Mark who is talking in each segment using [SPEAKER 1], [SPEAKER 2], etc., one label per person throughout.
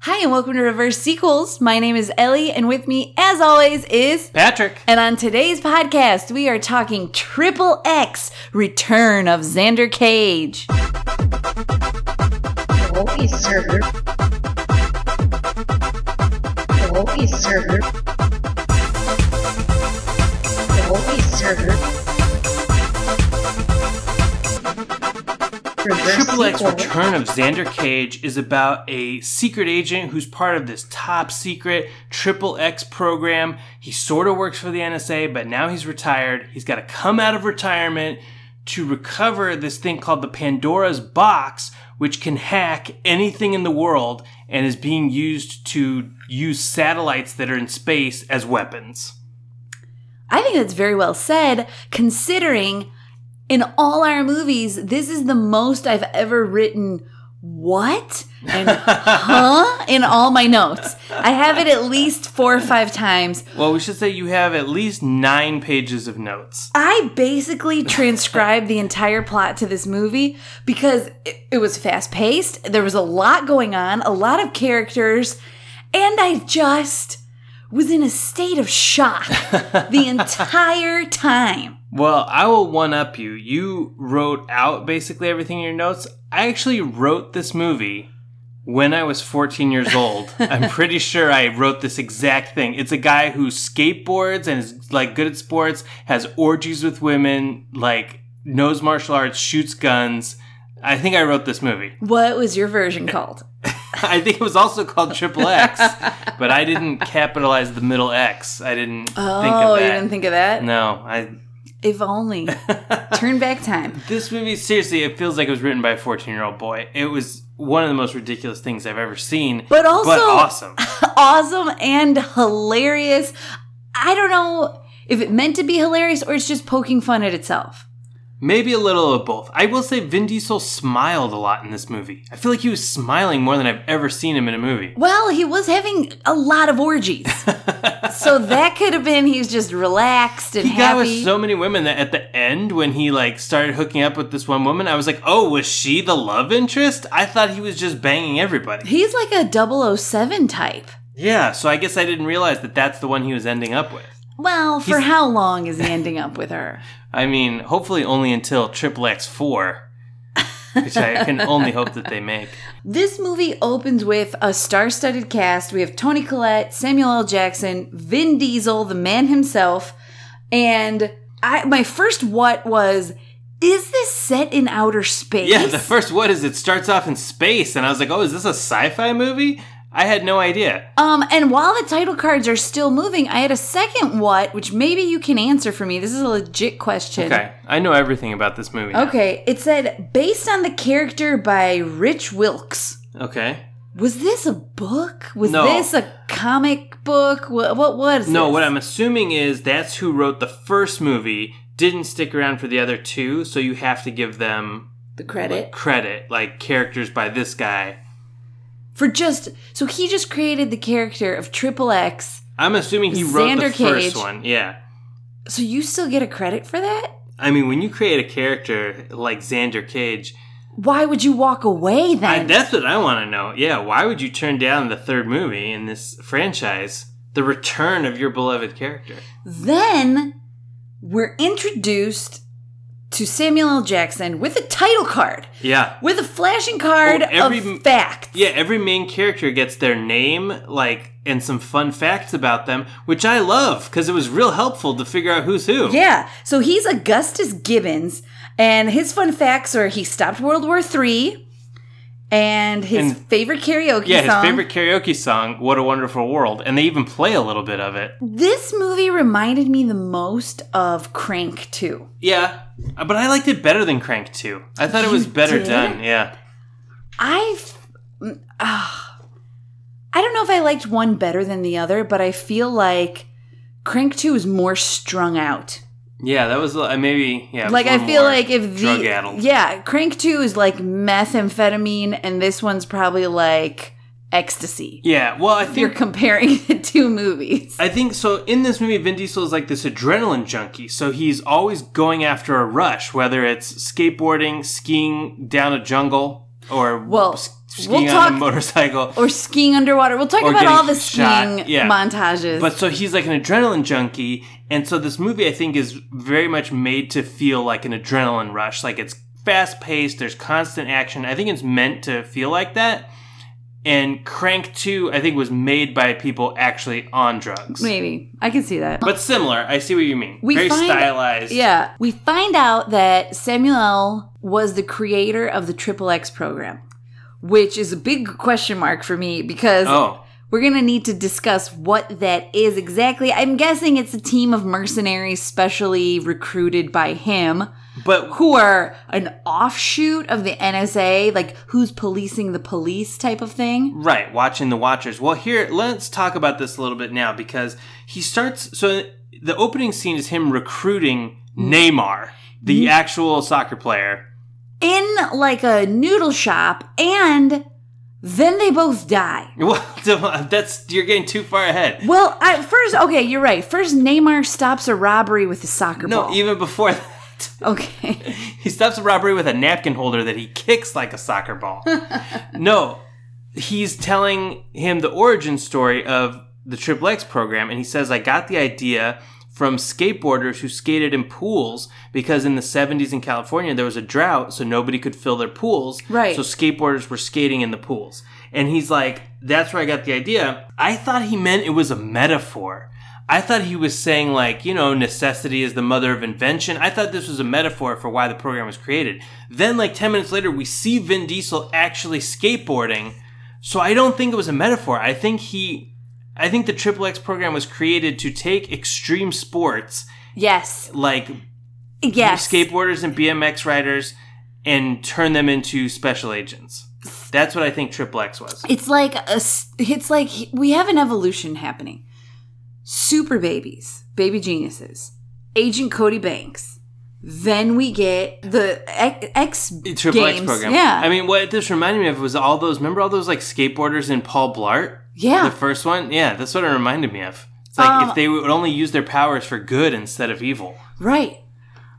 [SPEAKER 1] Hi, and welcome to Reverse Sequels. My name is Ellie, and with me, as always, is.
[SPEAKER 2] Patrick.
[SPEAKER 1] And on today's podcast, we are talking Triple X Return of Xander Cage.
[SPEAKER 3] Holy server. Holy server. Holy server. Reverse
[SPEAKER 2] Triple X
[SPEAKER 3] sequel.
[SPEAKER 2] Return of Xander Cage is about a secret agent who's part of this top secret Triple X program. He sort of works for the NSA, but now he's retired. He's got to come out of retirement to recover this thing called the Pandora's Box, which can hack anything in the world and is being used to use satellites that are in space as weapons.
[SPEAKER 1] I think that's very well said, considering in all our movies, this is the most I've ever written what and huh in all my notes. I have it at least four or five times.
[SPEAKER 2] Well, we should say you have at least nine pages of notes.
[SPEAKER 1] I basically transcribed the entire plot to this movie because it, it was fast paced. There was a lot going on, a lot of characters, and I just was in a state of shock the entire time.
[SPEAKER 2] Well, I will one up you. You wrote out basically everything in your notes. I actually wrote this movie when I was 14 years old. I'm pretty sure I wrote this exact thing. It's a guy who skateboards and is like good at sports, has orgies with women, like knows martial arts, shoots guns. I think I wrote this movie.
[SPEAKER 1] What was your version called?
[SPEAKER 2] I think it was also called Triple X, but I didn't capitalize the middle X. I didn't think
[SPEAKER 1] oh,
[SPEAKER 2] of that.
[SPEAKER 1] you didn't think of that?
[SPEAKER 2] no, I
[SPEAKER 1] If only. Turn back time.
[SPEAKER 2] This movie, seriously, it feels like it was written by a 14 year old boy. It was one of the most ridiculous things I've ever seen.
[SPEAKER 1] But also-
[SPEAKER 2] But awesome.
[SPEAKER 1] awesome and hilarious. I don't know if it meant to be hilarious or it's just poking fun at itself.
[SPEAKER 2] Maybe a little of both. I will say Vin Diesel smiled a lot in this movie. I feel like he was smiling more than I've ever seen him in a movie.
[SPEAKER 1] Well, he was having a lot of orgies. so that could have been he was just relaxed and
[SPEAKER 2] He got with
[SPEAKER 1] happy.
[SPEAKER 2] so many women that at the end, when he like started hooking up with this one woman, I was like, "Oh, was she the love interest?" I thought he was just banging everybody.
[SPEAKER 1] He's like a 007 type.
[SPEAKER 2] Yeah, so I guess I didn't realize that that's the one he was ending up with.
[SPEAKER 1] Well, for how long is he ending up with her?
[SPEAKER 2] I mean, hopefully only until Triple X four, which I can only hope that they make.
[SPEAKER 1] This movie opens with a star studded cast. We have Tony Collette, Samuel L. Jackson, Vin Diesel, the man himself. And I, my first what was, is this set in outer space?
[SPEAKER 2] Yeah, the first what is it starts off in space, and I was like, oh, is this a sci-fi movie? I had no idea.
[SPEAKER 1] um, and while the title cards are still moving, I had a second what, which maybe you can answer for me. This is a legit question.
[SPEAKER 2] Okay, I know everything about this movie. now.
[SPEAKER 1] Okay, it said, based on the character by Rich Wilkes.
[SPEAKER 2] Okay.
[SPEAKER 1] Was this a book? Was
[SPEAKER 2] No.
[SPEAKER 1] this a comic book? What, what was
[SPEAKER 2] No,
[SPEAKER 1] this?
[SPEAKER 2] what I'm assuming is that's who wrote the first movie. Didn't stick around for the other two, so you have to give them
[SPEAKER 1] The credit.
[SPEAKER 2] like, credit, like characters by this guy.
[SPEAKER 1] for just so he just created the character of Triple X.
[SPEAKER 2] I'm assuming he wrote the
[SPEAKER 1] Xander Cage.
[SPEAKER 2] first one. Yeah.
[SPEAKER 1] So you still get a credit for that?
[SPEAKER 2] I mean, when you create a character like Xander Cage,
[SPEAKER 1] Why would you walk away
[SPEAKER 2] I,
[SPEAKER 1] then?
[SPEAKER 2] that's what I want to know. Yeah, why would you turn down the third movie in this franchise, the return of your beloved character?
[SPEAKER 1] then we're introduced to Samuel L. Jackson with a title card,
[SPEAKER 2] Yeah.
[SPEAKER 1] with a flashing card
[SPEAKER 2] Oh, every m-
[SPEAKER 1] of facts.
[SPEAKER 2] Yeah, every main character gets their name, like, and some fun facts about them, which I love because it was real helpful to figure out who's who.
[SPEAKER 1] Yeah. So he's Augustus Gibbons, and his fun facts are he stopped World War III, and his
[SPEAKER 2] And-
[SPEAKER 1] favorite karaoke
[SPEAKER 2] Yeah, his
[SPEAKER 1] song.
[SPEAKER 2] favorite karaoke song, What a Wonderful World, and they even play a little bit of it.
[SPEAKER 1] This movie reminded me the most of Crank 2.
[SPEAKER 2] Yeah, uh, but I liked it better than Crank 2. I thought it was
[SPEAKER 1] You
[SPEAKER 2] better
[SPEAKER 1] did?
[SPEAKER 2] done, yeah.
[SPEAKER 1] I, uh, I don't know if I liked one better than the other, but I feel like Crank Two is more strung out.
[SPEAKER 2] Yeah, that was uh, maybe yeah. it was
[SPEAKER 1] like
[SPEAKER 2] a
[SPEAKER 1] I
[SPEAKER 2] little
[SPEAKER 1] feel
[SPEAKER 2] more
[SPEAKER 1] like if the
[SPEAKER 2] drug-addled.
[SPEAKER 1] yeah, Crank Two is like methamphetamine, and this one's probably like ecstasy.
[SPEAKER 2] yeah, well, I
[SPEAKER 1] If you're
[SPEAKER 2] think
[SPEAKER 1] comparing the two movies,
[SPEAKER 2] I think so. In this movie, Vin Diesel is like this adrenaline junkie, so he's always going after a rush, whether it's skateboarding, skiing down a jungle, or
[SPEAKER 1] Well-
[SPEAKER 2] s- skiing
[SPEAKER 1] We'll
[SPEAKER 2] on a
[SPEAKER 1] talk-
[SPEAKER 2] motorcycle.
[SPEAKER 1] or skiing underwater. We'll talk
[SPEAKER 2] Or
[SPEAKER 1] about
[SPEAKER 2] getting
[SPEAKER 1] all the
[SPEAKER 2] shot,
[SPEAKER 1] skiing
[SPEAKER 2] yeah.
[SPEAKER 1] montages.
[SPEAKER 2] But so he's like an adrenaline junkie, and so this movie I think is very much made to feel like an adrenaline rush. Like it's fast paced, there's constant action. I think it's meant to feel like that. And Crank 2, I think, was made by people actually on drugs.
[SPEAKER 1] Maybe I can see that.
[SPEAKER 2] But similar, I see what you mean.
[SPEAKER 1] We
[SPEAKER 2] very
[SPEAKER 1] find-
[SPEAKER 2] stylized.
[SPEAKER 1] Yeah. We find out that Samuel L. was the creator of the Triple X program, which is a big question mark for me because
[SPEAKER 2] Oh.
[SPEAKER 1] we're going to need to discuss what that is exactly. I'm guessing it's a team of mercenaries specially recruited by him
[SPEAKER 2] But
[SPEAKER 1] who are an offshoot of the NSA, like who's policing the police type of thing.
[SPEAKER 2] Right, watching the Watchers. Well, here, let's talk about this a little bit now because he starts. So the opening scene is him recruiting Neymar, the actual soccer player.
[SPEAKER 1] In like a noodle shop and then they both die.
[SPEAKER 2] Well, that's you're getting too far ahead.
[SPEAKER 1] Well, I, first, okay, you're right. First, Neymar stops a robbery with a soccer
[SPEAKER 2] No,
[SPEAKER 1] ball.
[SPEAKER 2] even before that,
[SPEAKER 1] okay.
[SPEAKER 2] he stops a robbery with a napkin holder that he kicks like a soccer ball. no, he's telling him the origin story of the Triple X program, and he says, I got the idea from skateboarders who skated in pools because in the 70s in California there was a drought, so nobody could fill their pools.
[SPEAKER 1] Right.
[SPEAKER 2] So skateboarders were skating in the pools. And he's like, That's where I got the idea. I thought he meant it was a metaphor. I thought he was saying, like, you know, necessity is the mother of invention. I thought this was a metaphor for why the program was created. Then, like 10 minutes later, we see Vin Diesel actually skateboarding. So I don't think it was a metaphor. I think he, I think the Triple X program was created to take extreme sports
[SPEAKER 1] Yes.
[SPEAKER 2] like
[SPEAKER 1] Yes.
[SPEAKER 2] skateboarders and BMX riders and turn them into special agents. That's what I think Triple X was.
[SPEAKER 1] It's like a. s- It's like he- we have an evolution happening. Super babies, baby geniuses, Agent Cody Banks. Then we get the X, X
[SPEAKER 2] Triple X
[SPEAKER 1] games.
[SPEAKER 2] program.
[SPEAKER 1] Yeah.
[SPEAKER 2] I mean, what this reminded me of was all those. Remember all those like skateboarders in Paul Blart,
[SPEAKER 1] yeah.
[SPEAKER 2] the first one. Yeah, that's what it reminded me of. It's like
[SPEAKER 1] Um,
[SPEAKER 2] if they would only use their powers for good instead of evil.
[SPEAKER 1] Right.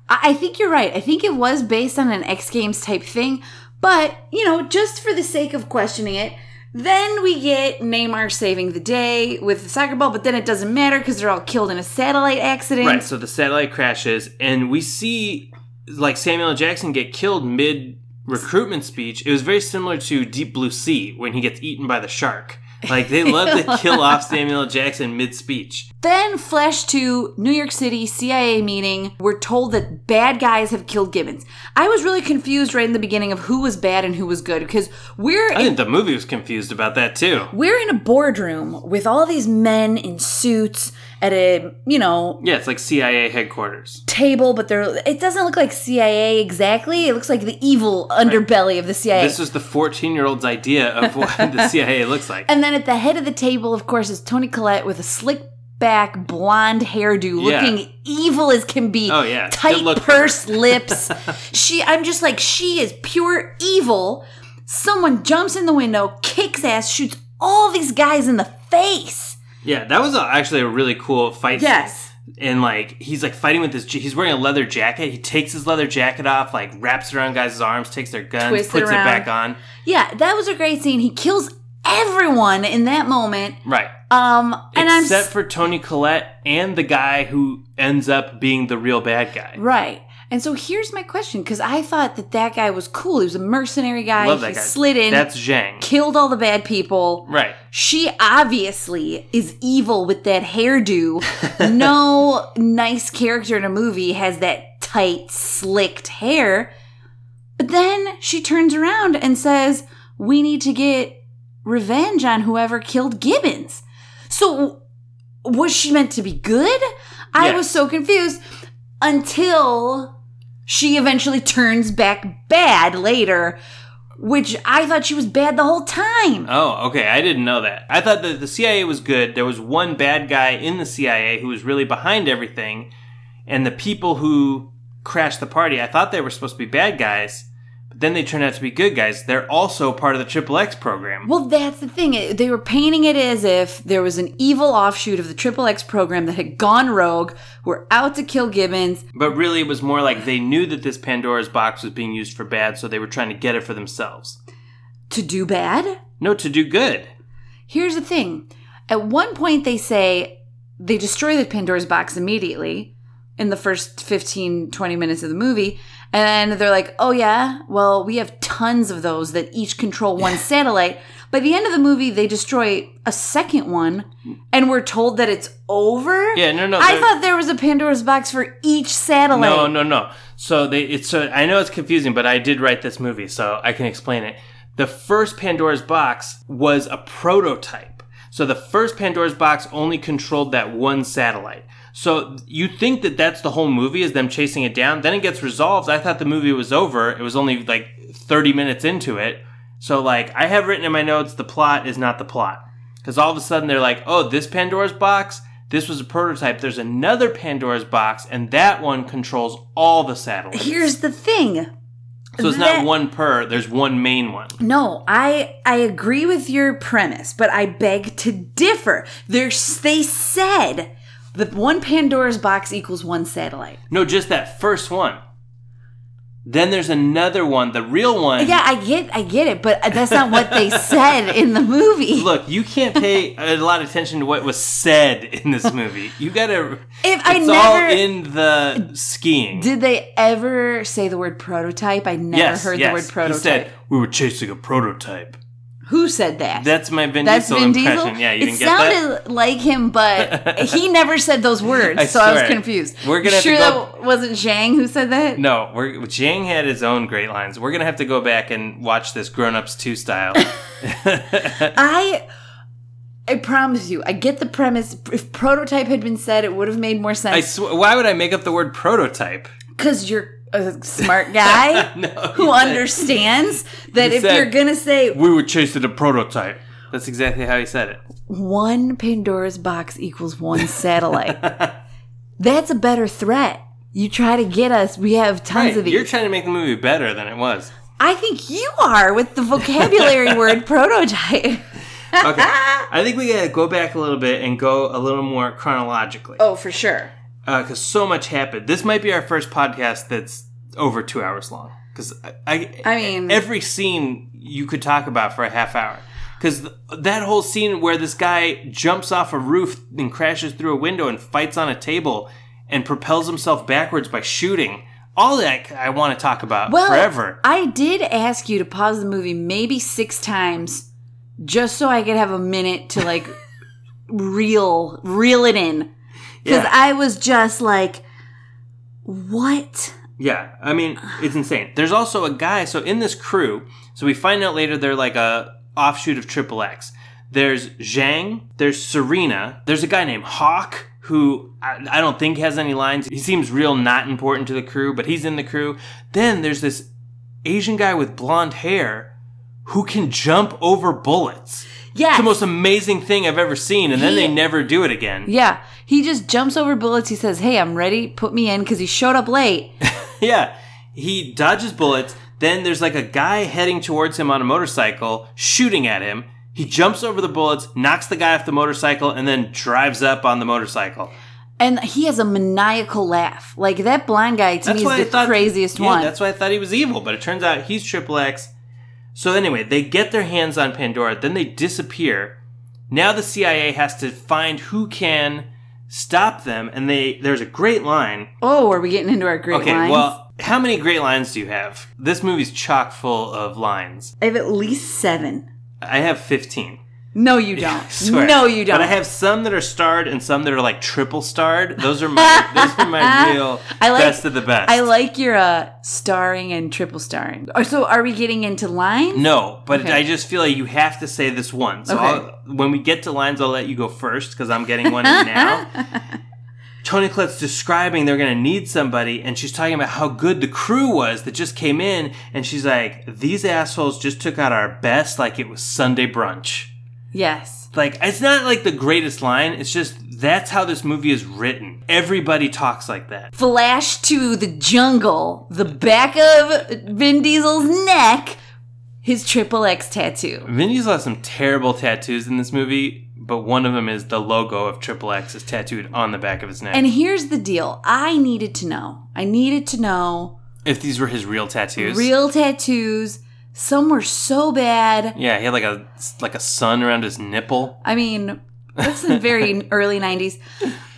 [SPEAKER 1] I, I think you're right. I think it was based on an X Games type thing, but, you know, just for the sake of questioning it, then we get Neymar saving the day with the soccer ball, but then it doesn't matter because they're all killed in a satellite accident.
[SPEAKER 2] Right. So the satellite crashes, and we see like Samuel L. Jackson get killed mid recruitment speech. It was very similar to Deep Blue Sea when he gets eaten by the shark. Like they love to kill off Samuel L. Jackson mid speech.
[SPEAKER 1] Then flash to New York City CIA meeting. We're told that bad guys have killed Gibbons. I was really confused right in the beginning of who was bad and who was good because we're
[SPEAKER 2] I think the movie was confused about that too.
[SPEAKER 1] we're in a boardroom with all these men in suits at a you know
[SPEAKER 2] Yeah, it's like CIA headquarters.
[SPEAKER 1] table, but they're it doesn't look like CIA exactly. It looks like the evil underbelly of the CIA.
[SPEAKER 2] This is the 14 year old's idea of what the CIA looks like.
[SPEAKER 1] and then at the head of the table, of course, is Tony Collette with a slick back blonde hairdo,
[SPEAKER 2] Yeah.
[SPEAKER 1] looking evil as can be.
[SPEAKER 2] Oh, yeah.
[SPEAKER 1] tight
[SPEAKER 2] Good look for her.
[SPEAKER 1] pursed lips. she, I'm just like she is pure evil. Someone jumps in the window, kicks ass, shoots all these guys in the face.
[SPEAKER 2] Yeah, that was a, actually a really cool fight. scene.
[SPEAKER 1] Yes.
[SPEAKER 2] and like he's like fighting with his he's wearing a leather jacket he takes his leather jacket off like wraps it around guys' arms takes their guns
[SPEAKER 1] Twists it
[SPEAKER 2] puts it,
[SPEAKER 1] around.
[SPEAKER 2] back on
[SPEAKER 1] Yeah, that was a great scene. He kills everyone in that moment.
[SPEAKER 2] right
[SPEAKER 1] Um, and I'm
[SPEAKER 2] except for tony collette and the guy who ends up being the real bad guy
[SPEAKER 1] Right. And so here's my question because I thought that that guy was cool. He was a mercenary guy.
[SPEAKER 2] love that
[SPEAKER 1] he
[SPEAKER 2] guy
[SPEAKER 1] slid in,
[SPEAKER 2] that's zhang
[SPEAKER 1] killed all the bad people.
[SPEAKER 2] right
[SPEAKER 1] She obviously is evil with that hairdo. no nice character in a movie has that tight, slicked hair. But then she turns around and says, We need to get revenge on whoever killed Gibbons. So was she meant to be good? I
[SPEAKER 2] Yes.
[SPEAKER 1] was so confused until she eventually turns back bad later, which I thought she was bad the whole time.
[SPEAKER 2] oh okay i didn't know that i thought that the cia was good there was one bad guy in the cia who was really behind everything and the people who crashed the party i thought they were supposed to be bad guys but then they turned out to be good guys they're also part of the triple x program
[SPEAKER 1] Well, that's the thing. It- They were painting it as if there was an evil offshoot of the Triple X program that had gone rogue, were out to kill Gibbons.
[SPEAKER 2] But really, it was more like they knew that this Pandora's box was being used for bad, so they were trying to get it for themselves.
[SPEAKER 1] to do bad?
[SPEAKER 2] No, to do good.
[SPEAKER 1] Here's the thing. At one point, they say they destroy the Pandora's box immediately in the first 15, 20 minutes of the movie. And they're like, oh, yeah, well, we have tons of those that each control one satellite. By the end of the movie, they destroy a second one, and we're told that it's over.
[SPEAKER 2] Yeah, no, no.
[SPEAKER 1] I
[SPEAKER 2] they're-
[SPEAKER 1] thought there was a Pandora's box for each satellite.
[SPEAKER 2] No, no, no. So they it's so I know it's confusing, but I did write this movie, so I can explain it. The first Pandora's box was a prototype. So the first Pandora's box only controlled that one satellite. So you think that that's the whole movie is them chasing it down. Then it gets resolved. I thought the movie was over. It was only like 30 minutes into it. So like I have written in my notes the plot is not the plot. Cuz all of a sudden they're like, "Oh, this Pandora's box this was a prototype. There's another Pandora's box, and that one controls all the satellites.
[SPEAKER 1] Here's the thing.
[SPEAKER 2] so it's
[SPEAKER 1] that-
[SPEAKER 2] not one per. There's one main one.
[SPEAKER 1] No, I I agree with your premise, but I beg to differ. There's they said that one Pandora's box equals one satellite.
[SPEAKER 2] No, just that first one. Then there's another one, the real one.
[SPEAKER 1] Yeah, I get I get it, but that's not what they said in the movie.
[SPEAKER 2] Look, you can't pay a lot of attention to what was said in this movie. You gotta.
[SPEAKER 1] If
[SPEAKER 2] it's
[SPEAKER 1] I
[SPEAKER 2] all
[SPEAKER 1] never-
[SPEAKER 2] in the skiing.
[SPEAKER 1] Did they ever say the word prototype? I never
[SPEAKER 2] yes,
[SPEAKER 1] heard
[SPEAKER 2] yes.
[SPEAKER 1] the word prototype.
[SPEAKER 2] He said we were chasing a prototype.
[SPEAKER 1] Who said that?
[SPEAKER 2] That's my Vin
[SPEAKER 1] That's
[SPEAKER 2] Diesel
[SPEAKER 1] Vin
[SPEAKER 2] impression.
[SPEAKER 1] Diesel.
[SPEAKER 2] Yeah, you
[SPEAKER 1] it
[SPEAKER 2] didn't get that.
[SPEAKER 1] sounded like him, but he never said those words,
[SPEAKER 2] I
[SPEAKER 1] so I was
[SPEAKER 2] swear.
[SPEAKER 1] confused.
[SPEAKER 2] We're gonna have to
[SPEAKER 1] sure
[SPEAKER 2] go-
[SPEAKER 1] that wasn't Zhang who said that.
[SPEAKER 2] No, we're Jang had his own great lines. We're gonna have to go back and watch this Grown Ups Two style.
[SPEAKER 1] I I promise you, I get the premise. If prototype had been said, it would have made more
[SPEAKER 2] I
[SPEAKER 1] sense.
[SPEAKER 2] sw- why would I make up the word prototype?
[SPEAKER 1] Because you're a smart guy
[SPEAKER 2] No,
[SPEAKER 1] who
[SPEAKER 2] you said-
[SPEAKER 1] understands that
[SPEAKER 2] you
[SPEAKER 1] if
[SPEAKER 2] said-
[SPEAKER 1] you're gonna say
[SPEAKER 2] We were chasing a prototype. That's exactly how he said it.
[SPEAKER 1] one Pandora's box equals one satellite, that's a better threat. You try to get us. We have tons
[SPEAKER 2] Right,
[SPEAKER 1] of these.
[SPEAKER 2] You're trying to make the movie better than it was.
[SPEAKER 1] I think you are with the vocabulary word prototype.
[SPEAKER 2] Okay, I think we gotta go back a little bit and go a little more chronologically
[SPEAKER 1] Oh, for sure.
[SPEAKER 2] because Uh, so much happened. This might be our first podcast that's over two hours long because I, I,
[SPEAKER 1] I mean-
[SPEAKER 2] every scene you could talk about for a half hour. Because th- that whole scene where this guy jumps off a roof and crashes through a window and fights on a table and propels himself backwards by shooting, all that I want to talk about
[SPEAKER 1] Well,
[SPEAKER 2] forever.
[SPEAKER 1] I did ask you to pause the movie maybe six times just so I could have a minute to like reel reel it in because
[SPEAKER 2] Yeah.
[SPEAKER 1] I was just like, what?
[SPEAKER 2] Yeah, I mean, it's insane. There's also a guy. So in this crew, so we find out later they're like a offshoot of Triple X. There's Zhang. There's Serena. There's a guy named Hawk who I, I don't think has any lines. He seems real not important to the crew, but he's in the crew. Then there's this Asian guy with blonde hair who can jump over bullets. It's
[SPEAKER 1] Yeah,
[SPEAKER 2] the most amazing thing I've ever seen, and then
[SPEAKER 1] He-
[SPEAKER 2] they never do it again.
[SPEAKER 1] yeah. He just jumps over bullets. He says, "Hey, I'm ready. Put me in," because he showed up late.
[SPEAKER 2] Yeah, he dodges bullets. Then there's like a guy heading towards him on a motorcycle, shooting at him. He jumps over the bullets, knocks the guy off the motorcycle, and then drives up on the motorcycle.
[SPEAKER 1] And he has a maniacal laugh. Like that blind guy to me is the craziest
[SPEAKER 2] yeah,
[SPEAKER 1] one.
[SPEAKER 2] That's why I thought he was evil, but it turns out he's Triple X. So anyway, they get their hands on Pandora, then they disappear. Now the CIA has to find who can stop them, and they there's a great line
[SPEAKER 1] oh, are we getting into our great
[SPEAKER 2] Okay,
[SPEAKER 1] lines?
[SPEAKER 2] well, how many great lines do you have? This movie's chock full of lines.
[SPEAKER 1] I have at least seven.
[SPEAKER 2] I have 15.
[SPEAKER 1] No, you don't.
[SPEAKER 2] I swear.
[SPEAKER 1] No, you don't.
[SPEAKER 2] But I have some that are starred and some that are like triple starred. Those are my those are my real
[SPEAKER 1] I like-
[SPEAKER 2] best of the best.
[SPEAKER 1] I like your uh, starring and triple starring. Oh, So are we getting into lines?
[SPEAKER 2] no, but
[SPEAKER 1] Okay.
[SPEAKER 2] I just feel like you have to say this one. So
[SPEAKER 1] Okay.
[SPEAKER 2] I'll, when we get to lines, I'll let you go first because I'm getting one in now. Tony Collette's describing they're going to need somebody, and she's talking about how good the crew was that just came in, and she's like, "These assholes just took out our best, like it was Sunday brunch."
[SPEAKER 1] Yes.
[SPEAKER 2] Like, it's not like the greatest line. It's just that's how this movie is written. Everybody talks like that.
[SPEAKER 1] Flash to the jungle, the back of Vin Diesel's neck, his triple X tattoo.
[SPEAKER 2] Vin Diesel has some terrible tattoos in this movie, but one of them is the logo of Triple X is tattooed on the back of his neck.
[SPEAKER 1] And here's the deal I needed to know. I needed to know
[SPEAKER 2] if these were his real tattoos,
[SPEAKER 1] real tattoos Some were so bad.
[SPEAKER 2] Yeah, he had like a like a sun around his nipple.
[SPEAKER 1] I mean, that's the very early 90s.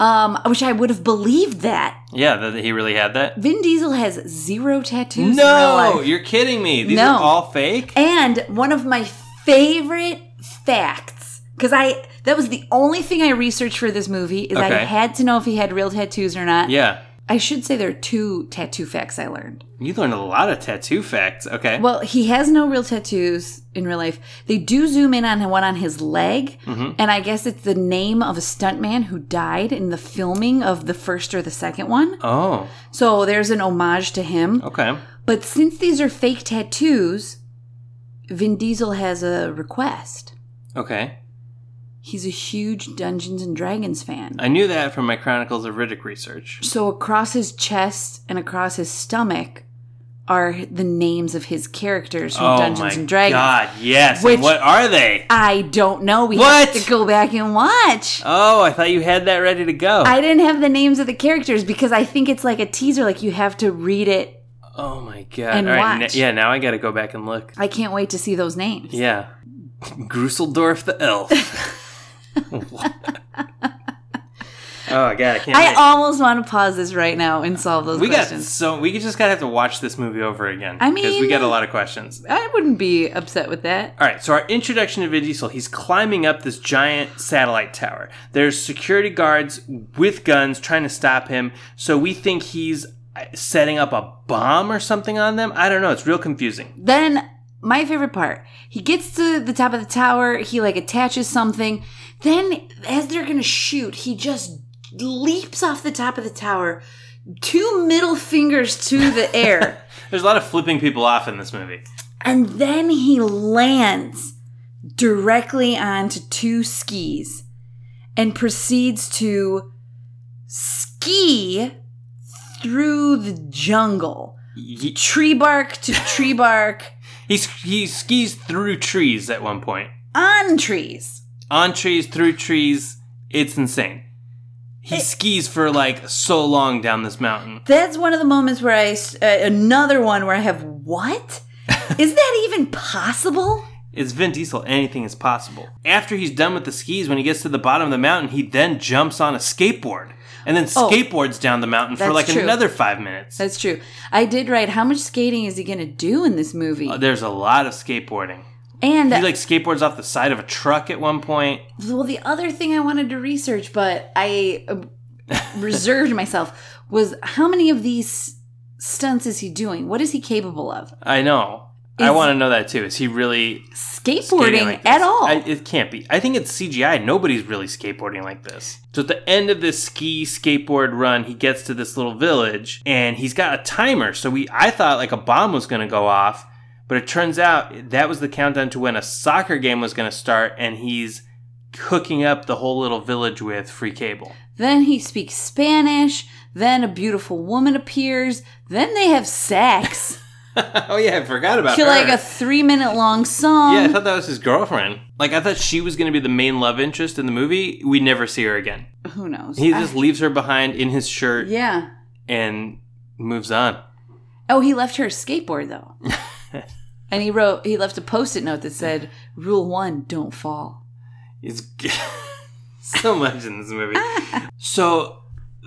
[SPEAKER 1] Um, I wish I would have believed that.
[SPEAKER 2] Yeah, that he really had that.
[SPEAKER 1] Vin Diesel has zero tattoos in real
[SPEAKER 2] No,
[SPEAKER 1] life.
[SPEAKER 2] you're kidding me. These
[SPEAKER 1] No.
[SPEAKER 2] are all fake.
[SPEAKER 1] And one of my favorite facts, because I that was the only thing I researched for this movie is I
[SPEAKER 2] Okay.
[SPEAKER 1] had to know if he had real tattoos or not.
[SPEAKER 2] yeah,
[SPEAKER 1] I should say there are two tattoo facts I learned.
[SPEAKER 2] you learned a lot of tattoo facts. Okay.
[SPEAKER 1] Well, he has no real tattoos in real life. They do zoom in on one on his leg,
[SPEAKER 2] Mm-hmm.
[SPEAKER 1] and I guess it's the name of a stuntman who died in the filming of the first or the second one.
[SPEAKER 2] oh,
[SPEAKER 1] So there's an homage to him.
[SPEAKER 2] okay.
[SPEAKER 1] But since these are fake tattoos, Vin Diesel has a request.
[SPEAKER 2] Okay.
[SPEAKER 1] He's a huge Dungeons and Dragons fan.
[SPEAKER 2] I knew that from my Chronicles of Riddick research.
[SPEAKER 1] So across his chest and across his stomach are the names of his characters from
[SPEAKER 2] oh
[SPEAKER 1] Dungeons
[SPEAKER 2] my
[SPEAKER 1] and Dragons.
[SPEAKER 2] god, yes.
[SPEAKER 1] Which-
[SPEAKER 2] and what are they?
[SPEAKER 1] I don't know. We
[SPEAKER 2] What?
[SPEAKER 1] have to go back and watch.
[SPEAKER 2] Oh, I thought you had that ready to go.
[SPEAKER 1] I didn't have the names of the characters because I think it's like a teaser. Like you have to read it.
[SPEAKER 2] oh my god.
[SPEAKER 1] And
[SPEAKER 2] all right.
[SPEAKER 1] watch.
[SPEAKER 2] n- yeah, now I got to go back and look.
[SPEAKER 1] I can't wait to see those names.
[SPEAKER 2] Yeah. Gruseldorf the elf. What? oh god, I can't.
[SPEAKER 1] I
[SPEAKER 2] wait.
[SPEAKER 1] almost want to pause this right now and solve those
[SPEAKER 2] we got
[SPEAKER 1] questions.
[SPEAKER 2] so we just gotta have to watch this movie over again.
[SPEAKER 1] I
[SPEAKER 2] because we
[SPEAKER 1] mean-
[SPEAKER 2] got a lot of questions.
[SPEAKER 1] I wouldn't be upset with that.
[SPEAKER 2] All right, so our introduction to Vin Diesel, he's climbing up this giant satellite tower. There's security guards with guns trying to stop him, so we think he's uh, setting up a bomb or something on them. I don't know, it's real confusing.
[SPEAKER 1] Then my favorite part. He gets to the top of the tower. He like attaches something. Then as they're gonna shoot, he just leaps off the top of the tower, two middle fingers to the air.
[SPEAKER 2] There's a lot of flipping people off in this movie.
[SPEAKER 1] And then he lands directly onto two skis and proceeds to ski through the jungle.
[SPEAKER 2] He,
[SPEAKER 1] Tree bark to tree bark
[SPEAKER 2] he, he skis through trees at one point.
[SPEAKER 1] on trees.
[SPEAKER 2] on trees, through trees. It's insane. He skis for like so long down this mountain.
[SPEAKER 1] That's one of the moments where I, s- uh, another one where I have, what? Is that even possible?
[SPEAKER 2] It's Vin Diesel. Anything is possible. After he's done with the skis, when he gets to the bottom of the mountain, he then jumps on a skateboard and then
[SPEAKER 1] Oh.
[SPEAKER 2] skateboards down the mountain for
[SPEAKER 1] That's
[SPEAKER 2] like
[SPEAKER 1] true.
[SPEAKER 2] another five minutes.
[SPEAKER 1] That's true. I did write, how much skating is he going to do in this movie?
[SPEAKER 2] Uh, There's a lot of skateboarding.
[SPEAKER 1] and uh,
[SPEAKER 2] He like skateboards off the side of a truck at one point.
[SPEAKER 1] Well, the other thing I wanted to research, but I uh, reserved myself, was how many of these stunts is he doing? What is he capable of?
[SPEAKER 2] I know. I
[SPEAKER 1] Is-
[SPEAKER 2] want to know that too. Is he really
[SPEAKER 1] Skateboarding
[SPEAKER 2] like this.
[SPEAKER 1] at all.
[SPEAKER 2] I, it can't be. I think it's CGI. Nobody's really skateboarding like this. So at the end of this ski skateboard run, he gets to this little village and he's got a timer. So we, I thought like a bomb was going to go off, but it turns out that was the countdown to when a soccer game was going to start, and he's hooking up the whole little village with free cable.
[SPEAKER 1] then he speaks Spanish. Then a beautiful woman appears. Then they have sex
[SPEAKER 2] oh yeah, I forgot about
[SPEAKER 1] to
[SPEAKER 2] her.
[SPEAKER 1] like a three minute long song.
[SPEAKER 2] yeah, I thought that was his girlfriend. Like I thought she was going to be the main love interest in the movie. We never see her again.
[SPEAKER 1] Who knows?
[SPEAKER 2] He
[SPEAKER 1] I-
[SPEAKER 2] just leaves her behind in his shirt
[SPEAKER 1] yeah.
[SPEAKER 2] and moves on.
[SPEAKER 1] Oh, he left her a skateboard though. and he wrote, he left a post it note that said, Rule one, don't fall.
[SPEAKER 2] It's g- so much in this movie. So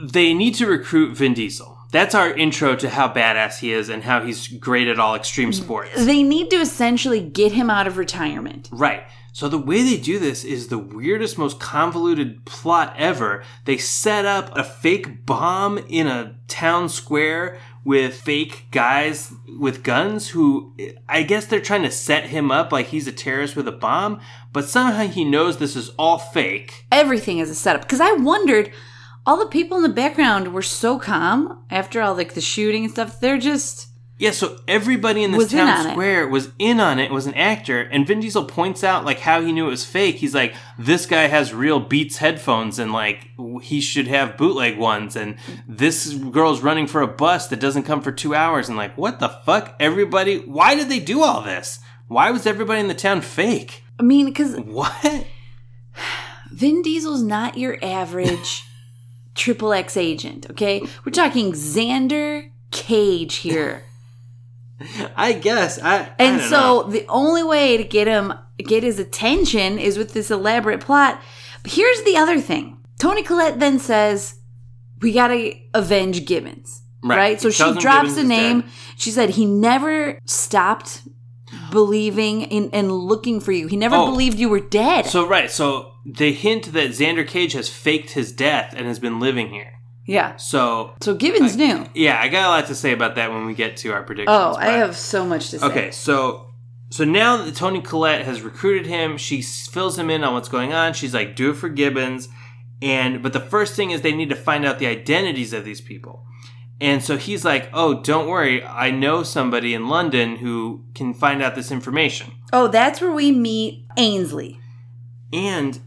[SPEAKER 2] they need to recruit Vin Diesel. That's our intro to how badass he is and how he's great at all extreme sports.
[SPEAKER 1] They need to essentially get him out of retirement.
[SPEAKER 2] Right. So the way they do this is the weirdest, most convoluted plot ever. They set up a fake bomb in a town square with fake guys with guns who I guess they're trying to set him up like he's a terrorist with a bomb, but somehow he knows this is all fake.
[SPEAKER 1] everything is a setup because i wondered all the people in the background were so calm after all like the shooting and stuff they're just
[SPEAKER 2] Yeah, so everybody in this
[SPEAKER 1] Was in on
[SPEAKER 2] town
[SPEAKER 1] it.
[SPEAKER 2] square was in on it, was an actor, and Vin Diesel points out like how he knew it was fake. He's like, this guy has real Beats headphones, and like w- he should have bootleg ones, and this girl's running for a bus that doesn't come for two hours, and like, what the fuck? Everybody, why did they do all this? Why was everybody in the town fake?
[SPEAKER 1] i mean because
[SPEAKER 2] What?
[SPEAKER 1] vin diesel's not your average triple x agent okay we're talking xander cage here
[SPEAKER 2] I guess. I I
[SPEAKER 1] And
[SPEAKER 2] don't
[SPEAKER 1] so
[SPEAKER 2] know.
[SPEAKER 1] the only way to get him get his attention is with this elaborate plot. But here's the other thing. Tony Collette then says, "We got to avenge Gibbons."
[SPEAKER 2] Right.
[SPEAKER 1] Right? So
[SPEAKER 2] She tells
[SPEAKER 1] she
[SPEAKER 2] him
[SPEAKER 1] drops
[SPEAKER 2] Gibbons
[SPEAKER 1] the
[SPEAKER 2] is
[SPEAKER 1] name.
[SPEAKER 2] dead.
[SPEAKER 1] She said he never stopped believing in and looking for you. He never
[SPEAKER 2] Oh.
[SPEAKER 1] believed you were dead.
[SPEAKER 2] So right, so they hint that Xander Cage has faked his death and has been living here.
[SPEAKER 1] yeah.
[SPEAKER 2] So
[SPEAKER 1] So Gibbons knew.
[SPEAKER 2] yeah, I got a lot to say about that when we get to our predictions.
[SPEAKER 1] Oh, I
[SPEAKER 2] but-
[SPEAKER 1] have so much to say.
[SPEAKER 2] Okay, so so now that Tony Collette has recruited him, she s- fills him in on what's going on. She's like, "Do it for Gibbons," and but the first thing is they need to find out the identities of these people. And so he's like, "Oh, don't worry, I know somebody in London who can find out this information."
[SPEAKER 1] Oh, that's where we meet Ainsley.
[SPEAKER 2] And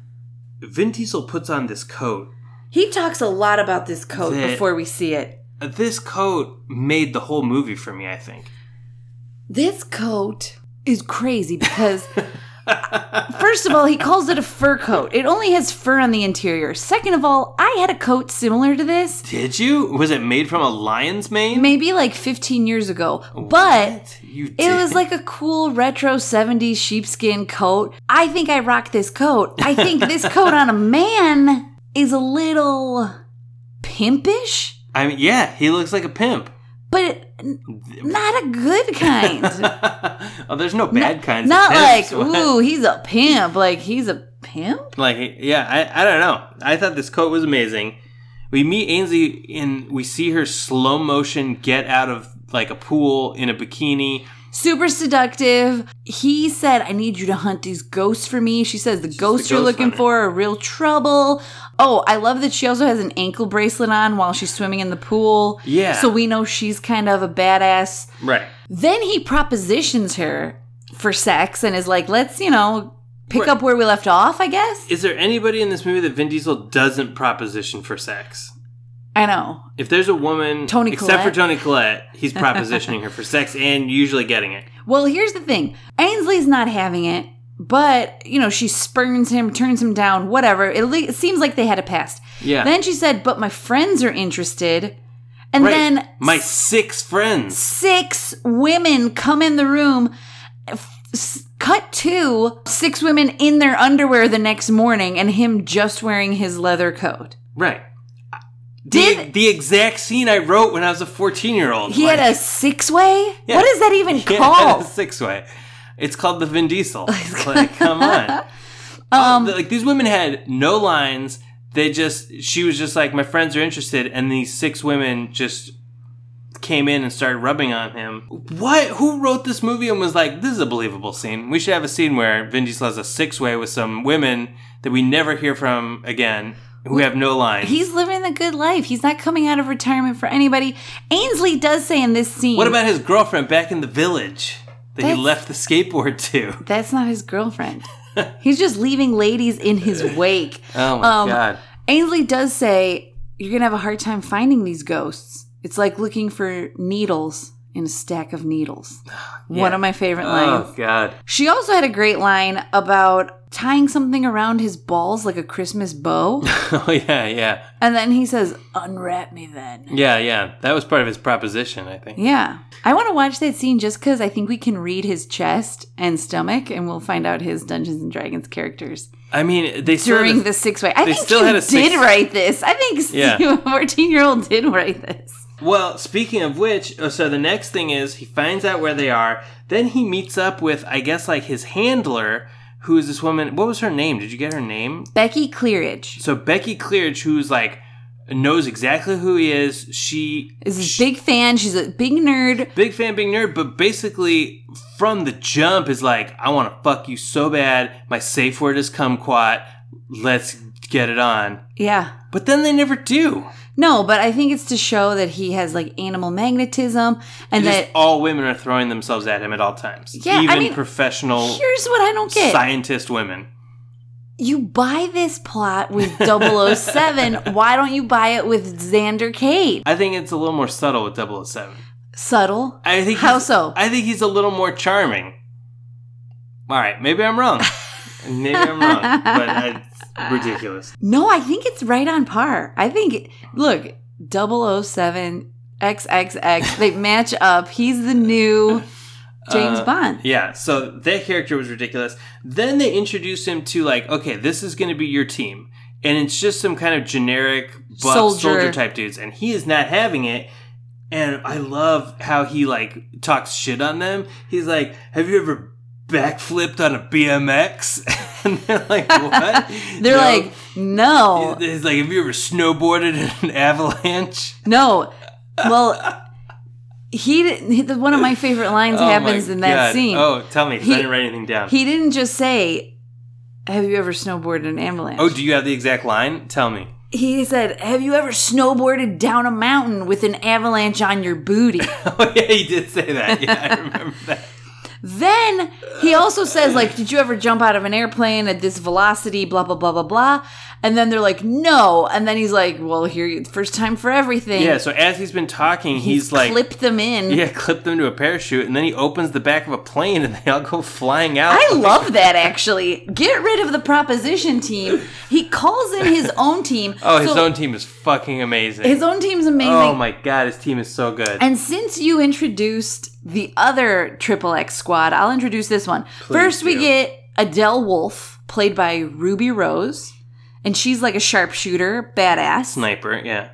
[SPEAKER 2] Vin Diesel puts on this coat.
[SPEAKER 1] He talks a lot about this coat
[SPEAKER 2] That-
[SPEAKER 1] before we see it.
[SPEAKER 2] Uh, This coat made the whole movie for me. I think.
[SPEAKER 1] This coat is crazy because, first of all, he calls it a fur coat. It only has fur on the interior. Second of all, I had a coat similar to this
[SPEAKER 2] Did you? Was it made from a lion's mane?
[SPEAKER 1] maybe like 15 years ago, but
[SPEAKER 2] What? you
[SPEAKER 1] it was
[SPEAKER 2] did?
[SPEAKER 1] like a cool retro 70s sheepskin coat. I think I rock this coat. I think this coat on a man is a little pimpish,
[SPEAKER 2] I mean, yeah, he looks like a pimp.
[SPEAKER 1] but n- not a good kind.
[SPEAKER 2] oh, there's no bad kinds.
[SPEAKER 1] Not
[SPEAKER 2] of
[SPEAKER 1] like,
[SPEAKER 2] pimps.
[SPEAKER 1] ooh, he's a pimp. Like, he's a pimp?
[SPEAKER 2] like yeah. I, I don't know. I thought this coat was amazing. We meet Ainsley and we see her slow motion get out of like a pool in a bikini.
[SPEAKER 1] Super seductive. He said, I need you to hunt these ghosts for me. She says, the ghosts you're
[SPEAKER 2] ghost
[SPEAKER 1] looking
[SPEAKER 2] hunter.
[SPEAKER 1] for are real trouble. Oh, I love that she also has an ankle bracelet on while she's swimming in the pool.
[SPEAKER 2] Yeah.
[SPEAKER 1] So we know she's kind of a badass.
[SPEAKER 2] Right.
[SPEAKER 1] Then he propositions her for sex and is like, let's, you know, pick
[SPEAKER 2] Right.
[SPEAKER 1] up where we left off, I guess.
[SPEAKER 2] Is there anybody in this movie that Vin Diesel doesn't proposition for sex?
[SPEAKER 1] I know.
[SPEAKER 2] If there's a woman,
[SPEAKER 1] Toni
[SPEAKER 2] except
[SPEAKER 1] Collette.
[SPEAKER 2] for Tony Collette, he's propositioning her for sex and usually getting it.
[SPEAKER 1] Well, here's the thing Ainsley's not having it, but, you know, she spurns him, turns him down, whatever. It, le- it seems like they had a past.
[SPEAKER 2] Yeah.
[SPEAKER 1] Then she said, but my friends are interested. And
[SPEAKER 2] right.
[SPEAKER 1] then
[SPEAKER 2] my six friends.
[SPEAKER 1] six women come in the room. F- s- Cut to six women in their underwear the next morning and him just wearing his leather coat.
[SPEAKER 2] Right. The,
[SPEAKER 1] Did-
[SPEAKER 2] the exact scene I wrote when I was a 14 year old.
[SPEAKER 1] He had a six way?
[SPEAKER 2] Yeah.
[SPEAKER 1] What is that even
[SPEAKER 2] Yeah,
[SPEAKER 1] called?
[SPEAKER 2] six way. It's called the Vin Diesel. like, come on.
[SPEAKER 1] Um,
[SPEAKER 2] like these women had no lines. They just she was just like my friends are interested, and these six women just came in and started rubbing on him. What? Who wrote this movie and was like, this is a believable scene. We should have a scene where Vin Diesel has a six way with some women that we never hear from again, who have no lines.
[SPEAKER 1] He's living the good life. He's not coming out of retirement for anybody. Ainsley does say in this scene.
[SPEAKER 2] what about his girlfriend back in the village that he
[SPEAKER 1] That's-
[SPEAKER 2] left the skateboard to?
[SPEAKER 1] That's not his girlfriend. He's just leaving ladies in his wake.
[SPEAKER 2] Oh my
[SPEAKER 1] Um,
[SPEAKER 2] god.
[SPEAKER 1] Ainsley does say, You're going to have a hard time finding these ghosts. It's like looking for needles in a stack of needles. One of my favorite lines.
[SPEAKER 2] Oh god.
[SPEAKER 1] She also had a great line about tying something around his balls like a Christmas bow.
[SPEAKER 2] oh yeah, yeah.
[SPEAKER 1] and then he says, Unwrap me then.
[SPEAKER 2] Yeah, yeah. That was part of his proposition, I think.
[SPEAKER 1] Yeah. I want to watch that scene just because I think we can read his chest and stomach and we'll find out his Dungeons and Dragons characters
[SPEAKER 2] I mean, they still
[SPEAKER 1] during
[SPEAKER 2] had a-
[SPEAKER 1] the six way. I
[SPEAKER 2] they
[SPEAKER 1] think
[SPEAKER 2] still
[SPEAKER 1] you
[SPEAKER 2] had a six-
[SPEAKER 1] did write this. I think
[SPEAKER 2] Yeah.
[SPEAKER 1] a 14 year old did write this.
[SPEAKER 2] Well, speaking of which, oh, so the next thing is he finds out where they are. Then he meets up with, I guess, like his handler, who is this woman. What was her name? Did you get her name?
[SPEAKER 1] Becky Clearidge
[SPEAKER 2] So Becky Clearidge, who's like knows exactly who he is. She
[SPEAKER 1] is a big fan. She's a big nerd.
[SPEAKER 2] big fan, big nerd, but basically from the jump is like, I want to fuck you so bad. My safe word is kumquat. Let's get it on.
[SPEAKER 1] Yeah.
[SPEAKER 2] But then they never do.
[SPEAKER 1] No, but I think it's to show that he has like animal magnetism and
[SPEAKER 2] Just
[SPEAKER 1] that.
[SPEAKER 2] all women are throwing themselves at him at all times.
[SPEAKER 1] Yeah, I
[SPEAKER 2] even
[SPEAKER 1] mean,
[SPEAKER 2] professional
[SPEAKER 1] Here's what I don't get.
[SPEAKER 2] scientist women.
[SPEAKER 1] you buy this plot with 007. Why don't you buy it with Xander Cage?
[SPEAKER 2] I think it's a little more subtle with 007.
[SPEAKER 1] Subtle.
[SPEAKER 2] I think
[SPEAKER 1] How
[SPEAKER 2] he's-
[SPEAKER 1] so?
[SPEAKER 2] I think he's a little more charming. All right, maybe I'm wrong. maybe I'm wrong, but it's ridiculous.
[SPEAKER 1] oh No, I think it's right on par. I think, look, 007, XXX. They match up. He's the new
[SPEAKER 2] Uh,
[SPEAKER 1] James Bond.
[SPEAKER 2] Yeah, so that character was ridiculous. Then they introduced him to like, okay, this is going to be your team, and it's just some kind of generic buff soldier.
[SPEAKER 1] Soldier.
[SPEAKER 2] type dudes, and he is not having it. And I love how he like talks shit on them. He's like, "Have you ever backflipped on a BMX?" and they're like, "What?"
[SPEAKER 1] They're
[SPEAKER 2] No.
[SPEAKER 1] like, "Oh." no,
[SPEAKER 2] He's like, "Have you ever snowboarded in an avalanche?"
[SPEAKER 1] no. Well, he didn't. he- the- One of my favorite lines
[SPEAKER 2] Oh my
[SPEAKER 1] happens in that
[SPEAKER 2] God.
[SPEAKER 1] scene.
[SPEAKER 2] Oh, tell me, 'cause I
[SPEAKER 1] He-
[SPEAKER 2] didn't write anything down.
[SPEAKER 1] He didn't just say, "Have you ever snowboarded an avalanche?"
[SPEAKER 2] oh, do you have the exact line? Tell me.
[SPEAKER 1] he said, "Have you ever snowboarded down a mountain with an avalanche on your booty?"
[SPEAKER 2] Oh yeah, he did say that. Yeah, I remember that.
[SPEAKER 1] Then he also says, like, did you ever jump out of an airplane at this velocity? Blah blah blah blah blah. And then they're like, no. And then he's like, well, here, you- first time for everything.
[SPEAKER 2] Yeah. So as he's been talking, he's, like,
[SPEAKER 1] clip them in.
[SPEAKER 2] yeah, clip them to a parachute, and then he opens the back of a plane, and they all go flying out.
[SPEAKER 1] I love that actually. Get rid of the proposition team. He calls in his own team.
[SPEAKER 2] Oh, his
[SPEAKER 1] So
[SPEAKER 2] own team is fucking amazing.
[SPEAKER 1] His own team's amazing.
[SPEAKER 2] Oh my god, his team is so good.
[SPEAKER 1] And since you introduced the other Triple X squad, I'll introduce this one. First, we
[SPEAKER 2] do.
[SPEAKER 1] get Adele Wolf, played by Ruby Rose, and she's like a sharpshooter, badass.
[SPEAKER 2] Sniper. Yeah.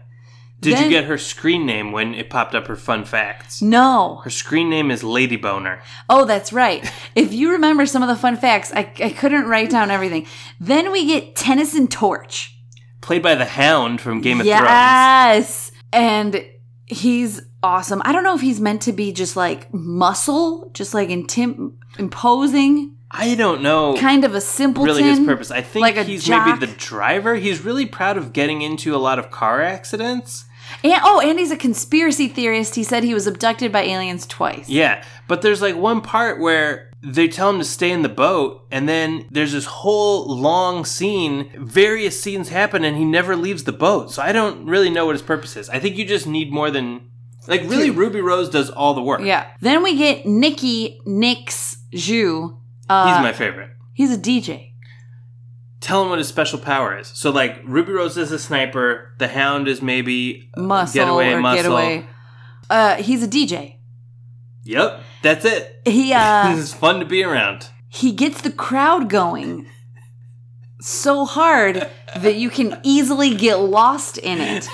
[SPEAKER 2] Did you
[SPEAKER 1] Then-
[SPEAKER 2] get her screen name when it popped up her fun facts?
[SPEAKER 1] No.
[SPEAKER 2] Her screen name is Lady Boner.
[SPEAKER 1] Oh, that's right. If you remember some of the fun facts, I, I couldn't write down everything. Then we get Tennyson Torch.
[SPEAKER 2] Played by the Hound from Game of Thrones.
[SPEAKER 1] yes. And he's awesome. I don't know if he's meant to be just like muscle, just like intim- imposing,
[SPEAKER 2] I don't know.
[SPEAKER 1] kind of a simpleton.
[SPEAKER 2] really his purpose. I think
[SPEAKER 1] like a
[SPEAKER 2] he's
[SPEAKER 1] jock.
[SPEAKER 2] maybe the driver. He's really proud of getting into a lot of car accidents.
[SPEAKER 1] And, oh, and he's a conspiracy theorist. He said he was abducted by aliens twice.
[SPEAKER 2] Yeah, but there's like one part where they tell him to stay in the boat, and then there's this whole long scene. Various scenes happen, and he never leaves the boat. So I don't really know what his purpose is. I think you just need more than like really. Ruby Rose does all the work.
[SPEAKER 1] Yeah. Then we get Nikki Nix Zhu.
[SPEAKER 2] he's
[SPEAKER 1] Uh,
[SPEAKER 2] my favorite.
[SPEAKER 1] he's a DJ.
[SPEAKER 2] Tell him what his special power is. So like Ruby Rose is a sniper. The Hound is maybe a
[SPEAKER 1] Muscle or getaway. Uh, he's a DJ.
[SPEAKER 2] Yep, that's it.
[SPEAKER 1] He
[SPEAKER 2] this
[SPEAKER 1] uh,
[SPEAKER 2] is fun to be around.
[SPEAKER 1] he gets the crowd going so hard that you can easily get lost in it.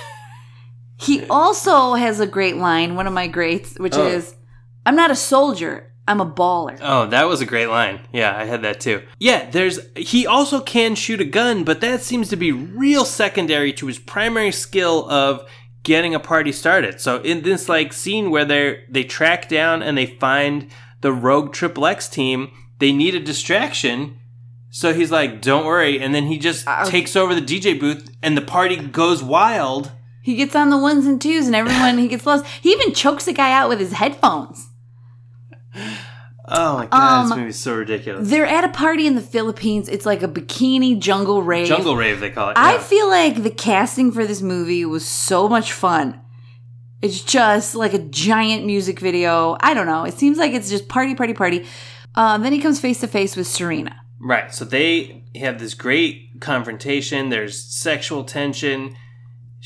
[SPEAKER 1] He also has a great line, one of my greats, which
[SPEAKER 2] Oh.
[SPEAKER 1] is, "I'm not a soldier. I'm a baller."
[SPEAKER 2] Oh, that was a great line. Yeah, I had that too. Yeah, there's he also can shoot a gun, but that seems to be real secondary to his primary skill of getting a party started. So in this like scene where they they track down and they find the rogue triple X team, they need a distraction. So he's like, "Don't worry," and then he just
[SPEAKER 1] Uh,
[SPEAKER 2] takes over the DJ booth, and the party goes wild.
[SPEAKER 1] He gets on the ones and twos, and everyone he gets lost. He even chokes a guy out with his headphones.
[SPEAKER 2] Oh my god, this
[SPEAKER 1] Um,
[SPEAKER 2] movie's so ridiculous.
[SPEAKER 1] They're at a party in the Philippines. It's like a bikini jungle rave.
[SPEAKER 2] Jungle rave, they call it.
[SPEAKER 1] I
[SPEAKER 2] yeah.
[SPEAKER 1] feel like the casting for this movie was so much fun. It's just like a giant music video. I don't know. It seems like it's just party, party, party. Um, then he comes face to face with Serena.
[SPEAKER 2] Right. So they have this great confrontation. There's sexual tension.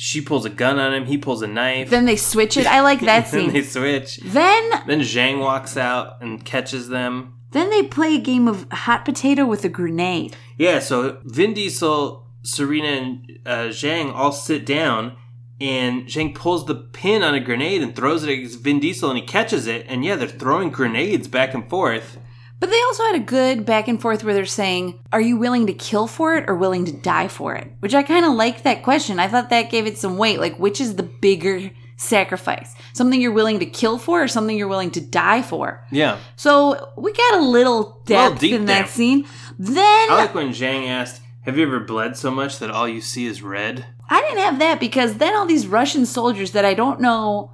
[SPEAKER 2] She pulls a gun on him. He pulls a knife.
[SPEAKER 1] Then they switch it. I like that
[SPEAKER 2] Then they
[SPEAKER 1] scene.
[SPEAKER 2] switch.
[SPEAKER 1] Then,
[SPEAKER 2] Then Zhang walks out and catches them.
[SPEAKER 1] then they play a game of hot potato with a grenade.
[SPEAKER 2] Yeah. So Vin Diesel, Serena, and uh, Zhang all sit down. And Zhang pulls the pin on a grenade and throws it at Vin Diesel, and he catches it. And yeah, they're throwing grenades back and forth.
[SPEAKER 1] But they also had a good back and forth where they're saying, are you willing to kill for it or willing to die for it? Which I kind of liked that question. I thought that gave it some weight. Like, which is the bigger sacrifice? Something you're willing to kill for or something you're willing to die for?
[SPEAKER 2] Yeah.
[SPEAKER 1] So we got a little depth
[SPEAKER 2] deep
[SPEAKER 1] in
[SPEAKER 2] there.
[SPEAKER 1] that scene. Then
[SPEAKER 2] I like when Zhang asked, Have you ever bled so much that all you see is red?
[SPEAKER 1] I didn't have that because then all these Russian soldiers that I don't know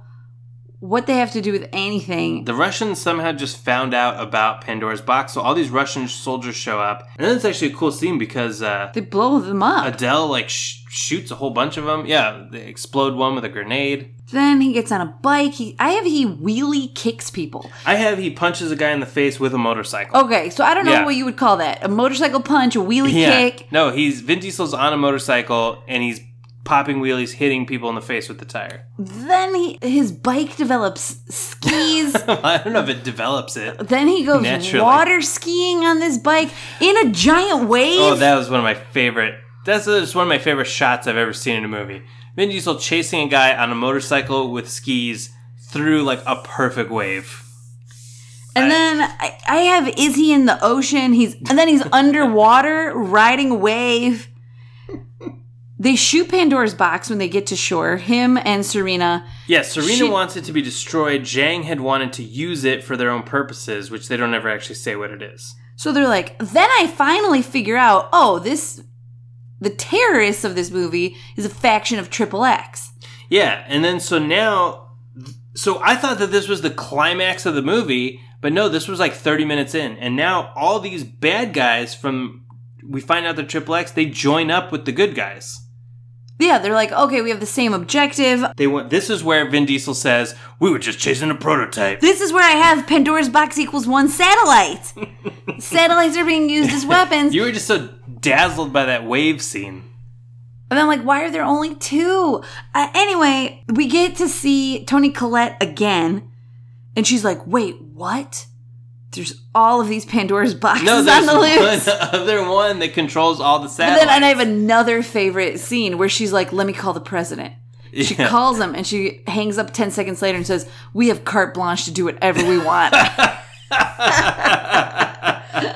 [SPEAKER 1] what they have to do with anything.
[SPEAKER 2] The Russians somehow just found out about Pandora's box, so all these Russian soldiers show up, and then it's actually a cool scene because uh,
[SPEAKER 1] They blow them up.
[SPEAKER 2] Adele like sh- shoots a whole bunch of them. Yeah, they explode one with a grenade.
[SPEAKER 1] then he gets on a bike. He, I have he wheelie kicks people.
[SPEAKER 2] I have he punches a guy in the face with a motorcycle.
[SPEAKER 1] Okay, so I don't know
[SPEAKER 2] Yeah.
[SPEAKER 1] what you would call that. A motorcycle punch, a wheelie
[SPEAKER 2] yeah.
[SPEAKER 1] kick.
[SPEAKER 2] No, he's Vin Diesel's on a motorcycle and he's popping wheelies, hitting people in the face with the tire.
[SPEAKER 1] Then he, his bike develops skis.
[SPEAKER 2] I don't know if it develops it.
[SPEAKER 1] then he goes
[SPEAKER 2] Naturally.
[SPEAKER 1] water skiing on this bike in a giant wave.
[SPEAKER 2] Oh, that was one of my favorite. That's uh, just one of my favorite shots I've ever seen in a movie. Vin Diesel chasing a guy on a motorcycle with skis through like a perfect wave.
[SPEAKER 1] and then I, I have is he in the ocean? He's and then he's underwater riding a wave. They shoot Pandora's box when they get to shore. Him and Serena.
[SPEAKER 2] Yeah, Serena
[SPEAKER 1] She-
[SPEAKER 2] wants it to be destroyed. Zhang had wanted to use it for their own purposes, which they don't ever actually say what it is.
[SPEAKER 1] So they're like, then I finally figure out, oh, this the terrorists of this movie is a faction of Triple X.
[SPEAKER 2] Yeah, and then so now, so I thought that this was the climax of the movie, but no, this was like 30 minutes in, and now all these bad guys from we find out they're triple X, they join up with the good guys.
[SPEAKER 1] Yeah, they're like, okay, we have the same objective.
[SPEAKER 2] They want this is where Vin Diesel says we were just chasing a prototype.
[SPEAKER 1] This is where I have Pandora's box equals one satellite. Satellites are being used as weapons.
[SPEAKER 2] You were just so dazzled by that wave scene.
[SPEAKER 1] And I'm like, why are there only two? Uh, anyway, we get to see Tony Collette again, and she's like, wait, what? There's all of these Pandora's boxes
[SPEAKER 2] No,
[SPEAKER 1] on
[SPEAKER 2] there's
[SPEAKER 1] the loose.
[SPEAKER 2] one other one that controls all the
[SPEAKER 1] And then
[SPEAKER 2] satellites.
[SPEAKER 1] and I have another favorite scene where she's like, let me call the president. She
[SPEAKER 2] Yeah.
[SPEAKER 1] calls him and she hangs up 10 seconds later and says, We have carte blanche to do whatever we want.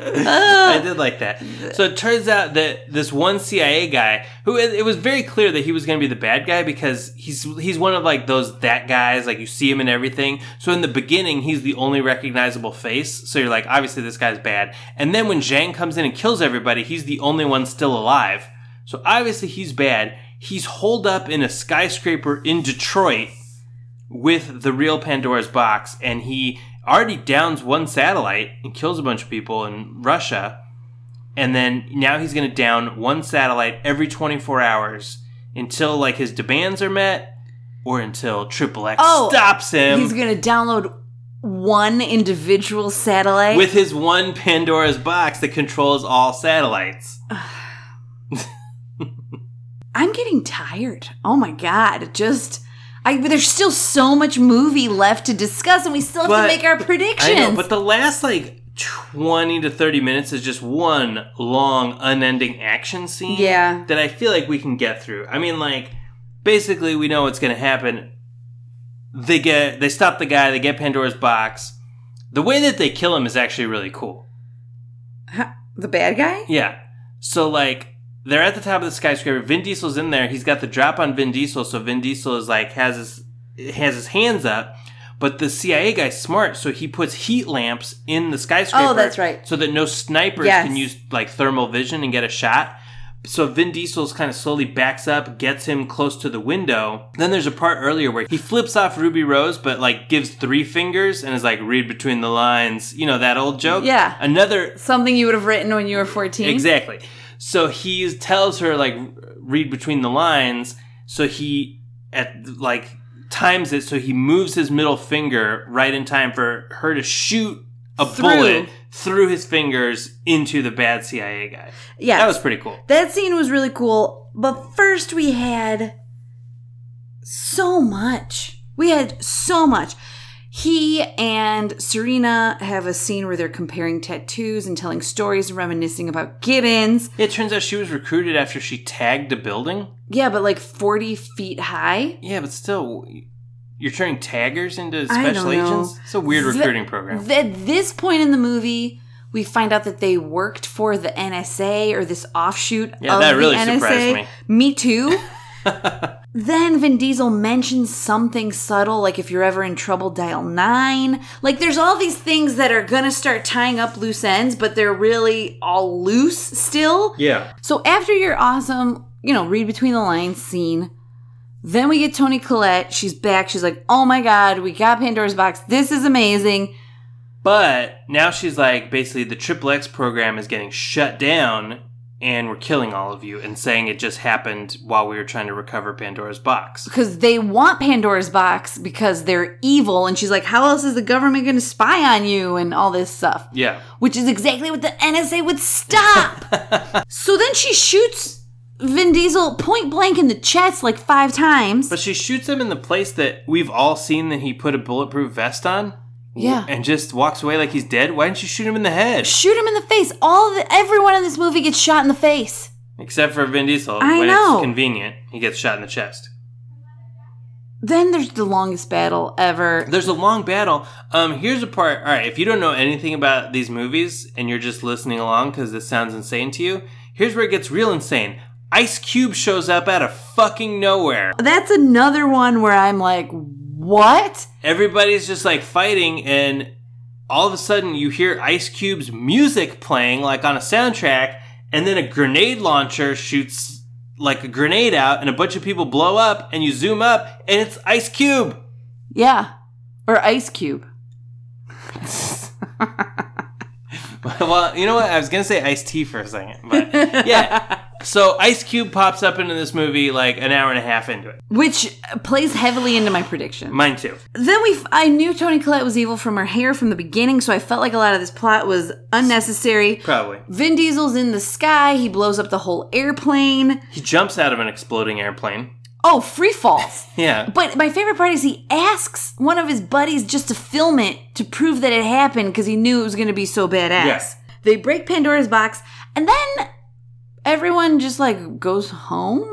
[SPEAKER 2] I did like that. So it turns out that this one CIA guy, who it it was very clear that he was going to be the bad guy because he's he's one of like those that guys, like you see him in everything. So in the beginning, he's the only recognizable face. So you're like, obviously this guy's bad. And then when Zhang comes in and kills everybody, he's the only one still alive. So obviously he's bad. He's holed up in a skyscraper in Detroit with the real Pandora's box, and he already downs one satellite and kills a bunch of people in Russia. And then now he's going to down one satellite every 24 hours until like his demands are met, or until Triple X
[SPEAKER 1] Oh,
[SPEAKER 2] stops him
[SPEAKER 1] He's going to download one individual satellite.
[SPEAKER 2] with his one Pandora's box that controls all satellites.
[SPEAKER 1] I'm getting tired. Oh my God. Just. I, but there's still so much movie left to discuss, and we still have
[SPEAKER 2] But-
[SPEAKER 1] to make our
[SPEAKER 2] I
[SPEAKER 1] predictions.
[SPEAKER 2] know, but the last like 20 to 30 minutes is just one long, unending action scene.
[SPEAKER 1] Yeah.
[SPEAKER 2] That I feel like we can get through. I mean, like, basically, we know what's going to happen. They get, they stop the guy, they get Pandora's box. The way that they kill him is actually really cool.
[SPEAKER 1] Huh? the bad guy?
[SPEAKER 2] Yeah. So like they're at the top of the skyscraper. Vin Diesel's in there. He's got the drop on Vin Diesel, so Vin Diesel is like has his has his hands up. But the CIA guy's smart, so he puts heat lamps in the skyscraper.
[SPEAKER 1] Oh, that's right.
[SPEAKER 2] So that no snipers
[SPEAKER 1] Yes.
[SPEAKER 2] can use like thermal vision and get a shot. So Vin Diesel's kind of slowly backs up, gets him close to the window. Then there's a part earlier where he flips off Ruby Rose, but like gives three fingers and is like, read between the lines. You know, that old joke?
[SPEAKER 1] Yeah.
[SPEAKER 2] Another
[SPEAKER 1] Something you would have written when you were 14.
[SPEAKER 2] Exactly. So he tells her like read between the lines. So he at like times it so he moves his middle finger right in time for her to shoot a
[SPEAKER 1] Through.
[SPEAKER 2] bullet through his fingers into the bad CIA guy.
[SPEAKER 1] Yeah.
[SPEAKER 2] That was pretty cool.
[SPEAKER 1] That scene was really cool, but first we had so much. We had so much. He and Serena have a scene where they're comparing tattoos and telling stories and reminiscing about get ins.
[SPEAKER 2] It turns out she was recruited after she tagged a building.
[SPEAKER 1] Yeah, but like 40 feet high.
[SPEAKER 2] Yeah, but still you're turning taggers into
[SPEAKER 1] I don't
[SPEAKER 2] special
[SPEAKER 1] know.
[SPEAKER 2] agents? It's a weird
[SPEAKER 1] Th-
[SPEAKER 2] recruiting program.
[SPEAKER 1] th- At this point in the movie, we find out that they worked for the NSA or this offshoot
[SPEAKER 2] Yeah,
[SPEAKER 1] of
[SPEAKER 2] that
[SPEAKER 1] the
[SPEAKER 2] really
[SPEAKER 1] NSA.
[SPEAKER 2] surprised me.
[SPEAKER 1] Me too. then Vin Diesel mentions something subtle, like if you're ever in trouble, dial nine. Like there's all these things that are gonna start tying up loose ends, but they're really all loose still.
[SPEAKER 2] yeah.
[SPEAKER 1] So after your awesome, you know, read between the lines scene, then we get Tony Collette. She's back. She's like, oh my God, we got Pandora's box. This is amazing.
[SPEAKER 2] But now she's like, basically, the Triple X program is getting shut down, and we're killing all of you, and saying it just happened while we were trying to recover Pandora's box.
[SPEAKER 1] Because they want Pandora's box because they're evil. And she's like, how else is the government going to spy on you and all this stuff?
[SPEAKER 2] Yeah.
[SPEAKER 1] Which is exactly what the NSA would stop. so then she shoots Vin Diesel point blank in the chest like five times.
[SPEAKER 2] But she shoots him in the place that we've all seen that he put a bulletproof vest on
[SPEAKER 1] yeah.
[SPEAKER 2] and just walks away like he's dead. Why didn't you shoot him in the head?
[SPEAKER 1] Shoot him in the face. All the, everyone in this movie gets shot in the face.
[SPEAKER 2] Except for Vin Diesel.
[SPEAKER 1] I
[SPEAKER 2] when
[SPEAKER 1] know.
[SPEAKER 2] it's convenient, he gets shot in the chest.
[SPEAKER 1] Then there's the longest battle ever.
[SPEAKER 2] There's a long battle. Um, here's a part. All right, if you don't know anything about these movies and you're just listening along because this sounds insane to you, here's where it gets real insane. Ice Cube shows up out of fucking nowhere.
[SPEAKER 1] That's another one where I'm like, what?
[SPEAKER 2] Everybody's just like fighting, and all of a sudden you hear Ice Cube's music playing like on a soundtrack, and then a grenade launcher shoots like a grenade out, and a bunch of people blow up, and you zoom up, and it's Ice Cube.
[SPEAKER 1] Yeah. Or Ice Cube.
[SPEAKER 2] well, you know what? I was gonna say Ice T for a second, but yeah. So Ice Cube pops up into this movie like an hour and a half into it.
[SPEAKER 1] Which plays heavily into my prediction.
[SPEAKER 2] Mine too.
[SPEAKER 1] Then we, f- I knew Tony Collette was evil from her hair from the beginning, so I felt like a lot of this plot was unnecessary.
[SPEAKER 2] Probably.
[SPEAKER 1] Vin Diesel's in the sky. He blows up the whole airplane.
[SPEAKER 2] He jumps out of an exploding airplane.
[SPEAKER 1] Oh, free falls.
[SPEAKER 2] Yeah.
[SPEAKER 1] But my favorite part is he asks one of his buddies just to film it to prove that it happened because he knew it was going to be so badass.
[SPEAKER 2] Yes.
[SPEAKER 1] They break Pandora's box and then everyone just like goes home.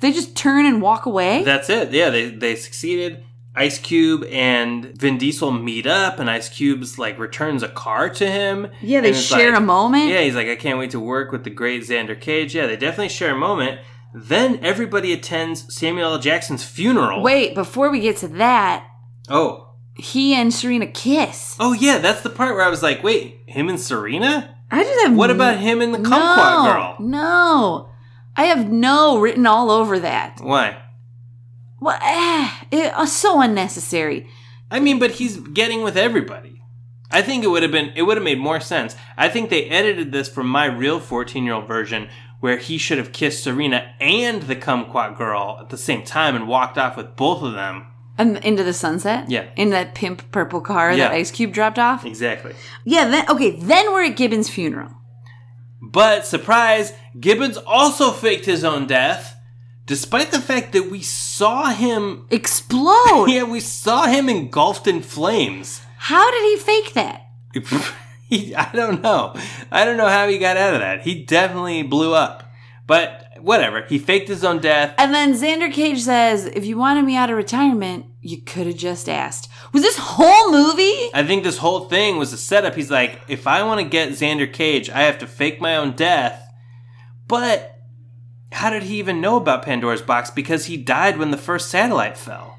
[SPEAKER 1] They just turn and walk away.
[SPEAKER 2] That's it. Yeah, they they succeeded. Ice Cube and Vin Diesel meet up, and Ice Cube's like returns a car to him.
[SPEAKER 1] yeah, they
[SPEAKER 2] And it's
[SPEAKER 1] share
[SPEAKER 2] like-
[SPEAKER 1] a moment.
[SPEAKER 2] Yeah, he's like, I can't wait to work with the great Xander Cage. Yeah, they definitely share a moment. Then everybody attends Samuel L. Jackson's funeral.
[SPEAKER 1] Wait, before we get to that,
[SPEAKER 2] Oh,
[SPEAKER 1] he and Serena kiss.
[SPEAKER 2] Oh yeah, that's the part where I was like, wait, him and Serena?
[SPEAKER 1] I just have
[SPEAKER 2] What about him and the Kumquat girl?
[SPEAKER 1] No. I have no written all over that.
[SPEAKER 2] Why?
[SPEAKER 1] Well, eh, it, uh, so unnecessary.
[SPEAKER 2] I mean, but he's getting with everybody. I think it would have been it would have made more sense. I think they edited this from my real 14-year-old version where he should have kissed Serena and the Kumquat girl at the same time and walked off with both of them.
[SPEAKER 1] And Um, into the sunset?
[SPEAKER 2] Yeah.
[SPEAKER 1] In that pimp purple car that
[SPEAKER 2] Yeah.
[SPEAKER 1] Ice Cube dropped off?
[SPEAKER 2] Exactly.
[SPEAKER 1] Yeah, then okay, then we're at Gibbons' funeral.
[SPEAKER 2] But surprise, Gibbons also faked his own death despite the fact that we saw him
[SPEAKER 1] Explode!
[SPEAKER 2] yeah, we saw him engulfed in flames.
[SPEAKER 1] How did he fake that?
[SPEAKER 2] he, I don't know. I don't know how he got out of that. He definitely blew up. But whatever. He faked his own death.
[SPEAKER 1] And then Xander Cage says, if you wanted me out of retirement, you could have just asked. Was this whole movie?
[SPEAKER 2] I think this whole thing was a setup. He's like, if I want to get Xander Cage, I have to fake my own death. But how did he even know about Pandora's box? Because he died when the first satellite fell.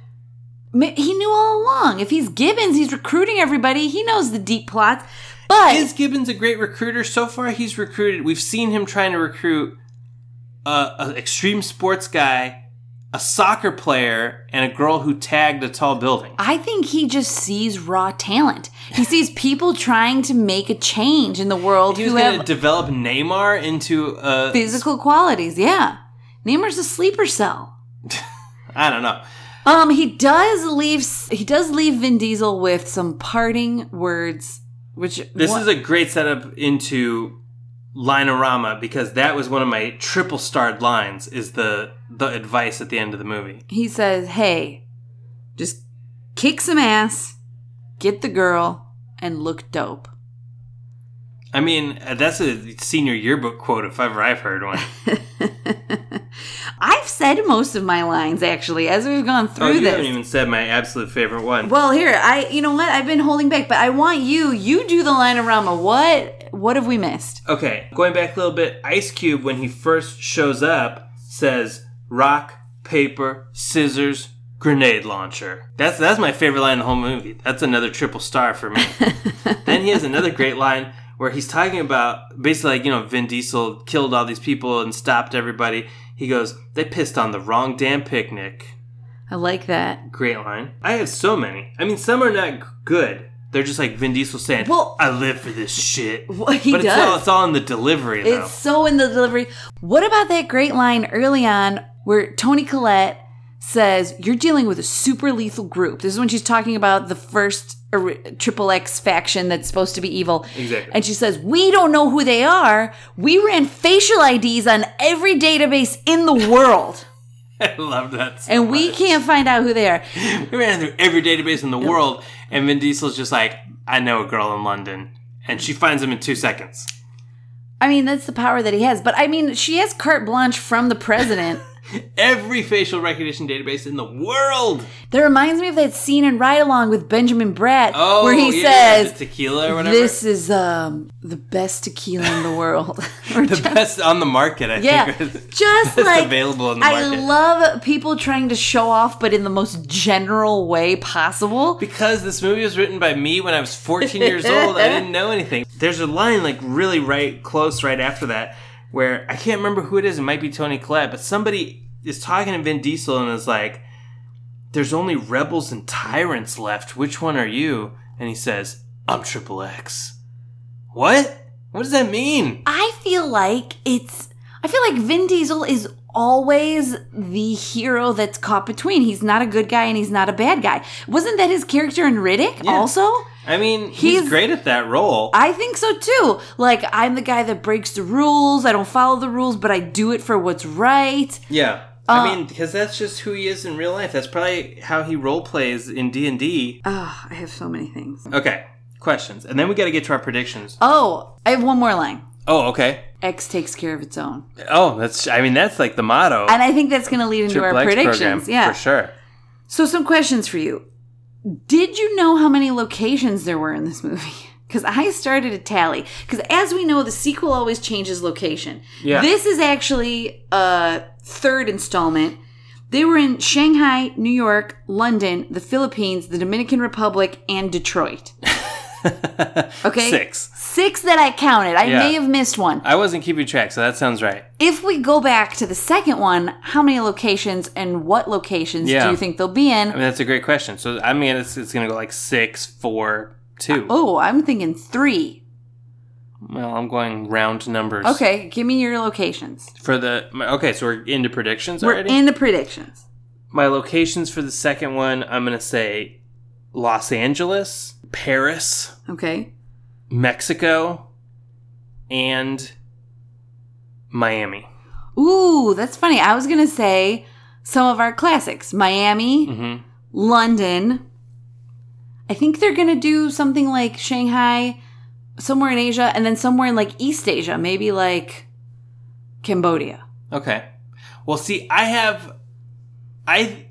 [SPEAKER 1] Ma- He knew all along. If he's Gibbons, he's recruiting everybody. He knows the deep plots. But
[SPEAKER 2] Is Gibbons a great recruiter? So far, he's recruited. We've seen him trying to recruit a, a extreme sports guy, a soccer player, and a girl who tagged a tall building.
[SPEAKER 1] I think he just sees raw talent. He sees people trying to make a change in the world
[SPEAKER 2] He was
[SPEAKER 1] who
[SPEAKER 2] going to
[SPEAKER 1] have
[SPEAKER 2] develop Neymar into a.
[SPEAKER 1] physical qualities. Yeah. Neymar's a sleeper cell.
[SPEAKER 2] I don't know.
[SPEAKER 1] Um, he does leave. He does leave Vin Diesel with some parting words, which
[SPEAKER 2] This
[SPEAKER 1] is
[SPEAKER 2] is a great setup into Linorama because that was one of my triple starred lines. Is the the advice at the end of the movie?
[SPEAKER 1] he says, "Hey, just kick some ass, get the girl, and look dope."
[SPEAKER 2] I mean, uh, that's a senior yearbook quote if ever I've heard one.
[SPEAKER 1] I've said most of my lines actually as we've gone through
[SPEAKER 2] oh, you
[SPEAKER 1] this.
[SPEAKER 2] haven't even said my absolute favorite one.
[SPEAKER 1] Well, here, I you know what? I've been holding back, but I want you. You do the linorama. What what have we missed?
[SPEAKER 2] Okay, going back a little bit, Ice Cube, when he first shows up, says rock, paper, scissors, grenade launcher. That's that's my favorite line in the whole movie. That's another triple star for me. then he has another great line where he's talking about basically like, you know, Vin Diesel killed all these people and stopped everybody. He goes, They pissed on the wrong damn picnic.
[SPEAKER 1] I like that.
[SPEAKER 2] Great line. I have so many. I mean, some are not g- good. They're just like Vin Diesel saying,
[SPEAKER 1] Well-
[SPEAKER 2] I live for this shit.
[SPEAKER 1] Well, he
[SPEAKER 2] but It's all,
[SPEAKER 1] does.
[SPEAKER 2] it's all in the delivery, though.
[SPEAKER 1] It's so in the delivery. What about that great line early on where Tony Collette says, You're dealing with a super lethal group. This is when she's talking about the first ori- Triple X faction that's supposed to be evil.
[SPEAKER 2] Exactly.
[SPEAKER 1] And she says, We don't know who they are. We ran facial IDs on every database in the world,
[SPEAKER 2] I love that. so
[SPEAKER 1] and we
[SPEAKER 2] much.
[SPEAKER 1] can't find out who they are.
[SPEAKER 2] We ran through every database in the world, and Vin Diesel's just like, I know a girl in London, and she finds him in two seconds.
[SPEAKER 1] I mean, that's the power that he has. But I mean, she has carte blanche from the president.
[SPEAKER 2] Every facial recognition database in the world.
[SPEAKER 1] that reminds me of that scene in Ride Along with Benjamin Bratt
[SPEAKER 2] Oh,
[SPEAKER 1] where he
[SPEAKER 2] yeah,
[SPEAKER 1] says,
[SPEAKER 2] the tequila or whatever.
[SPEAKER 1] This is um, the best tequila in the world. Or
[SPEAKER 2] the best on the market, I
[SPEAKER 1] Yeah,
[SPEAKER 2] think.
[SPEAKER 1] just
[SPEAKER 2] That's
[SPEAKER 1] like
[SPEAKER 2] available in the
[SPEAKER 1] I
[SPEAKER 2] market.
[SPEAKER 1] love people trying to show off, but in the most general way possible.
[SPEAKER 2] because this movie was written by me when I was 14 years old. I didn't know anything. There's a line like really right close right after that where I can't remember who it is. It might be Tony Collette, but somebody is talking to Vin Diesel and is like, "There's only rebels and tyrants left. Which one are you?" And he says, "I'm Triple X." What? What does that mean?
[SPEAKER 1] I feel like it's. I feel like Vin Diesel is always the hero that's caught between. He's not a good guy and he's not a bad guy. Wasn't that his character in Riddick?
[SPEAKER 2] Yeah.
[SPEAKER 1] Also,
[SPEAKER 2] I mean, he's,
[SPEAKER 1] He's-
[SPEAKER 2] great at that role.
[SPEAKER 1] I think so too. Like I'm the guy that breaks the rules. I don't follow the rules, but I do it for what's right.
[SPEAKER 2] yeah. I
[SPEAKER 1] Uh,
[SPEAKER 2] mean, because that's just who he is in real life. That's probably how he role plays in D and D.
[SPEAKER 1] Oh, I have so many things.
[SPEAKER 2] Okay, questions, and then we got to get to our predictions.
[SPEAKER 1] Oh, I have one more line.
[SPEAKER 2] Oh, okay.
[SPEAKER 1] X takes care of its own.
[SPEAKER 2] Oh, that's. I mean, that's like the motto.
[SPEAKER 1] And I think that's going to lead into
[SPEAKER 2] Triple
[SPEAKER 1] our
[SPEAKER 2] X
[SPEAKER 1] predictions.
[SPEAKER 2] program,
[SPEAKER 1] yeah.
[SPEAKER 2] for sure.
[SPEAKER 1] So, some questions for you. Did you know how many locations there were in this movie? Because I started a tally. Because as we know, the sequel always changes location.
[SPEAKER 2] Yeah.
[SPEAKER 1] This is actually a third installment. They were in Shanghai, New York, London, the Philippines, the Dominican Republic, and Detroit. Okay.
[SPEAKER 2] Six.
[SPEAKER 1] Six that I counted. I
[SPEAKER 2] Yeah.
[SPEAKER 1] may have missed one.
[SPEAKER 2] I wasn't keeping track, so that sounds right.
[SPEAKER 1] If we go back to the second one, how many locations and what locations
[SPEAKER 2] Yeah.
[SPEAKER 1] do you think they'll be in?
[SPEAKER 2] I mean, that's a great question. So, I mean, it's, it's going to go like six, four, two.
[SPEAKER 1] oh, I'm thinking three.
[SPEAKER 2] Well, I'm going round numbers.
[SPEAKER 1] Okay, give me your locations.
[SPEAKER 2] For the my- okay, so we're into predictions
[SPEAKER 1] We're
[SPEAKER 2] already.
[SPEAKER 1] into predictions.
[SPEAKER 2] my locations for the second one, I'm going to say Los Angeles, Paris,
[SPEAKER 1] Okay.
[SPEAKER 2] Mexico, and Miami.
[SPEAKER 1] Ooh, that's funny. I was going to say some of our classics Miami,
[SPEAKER 2] Mm-hmm.
[SPEAKER 1] London. I think they're going to do something like Shanghai, somewhere in Asia, and then somewhere in like East Asia, maybe like Cambodia.
[SPEAKER 2] Okay. Well, see, I have, I,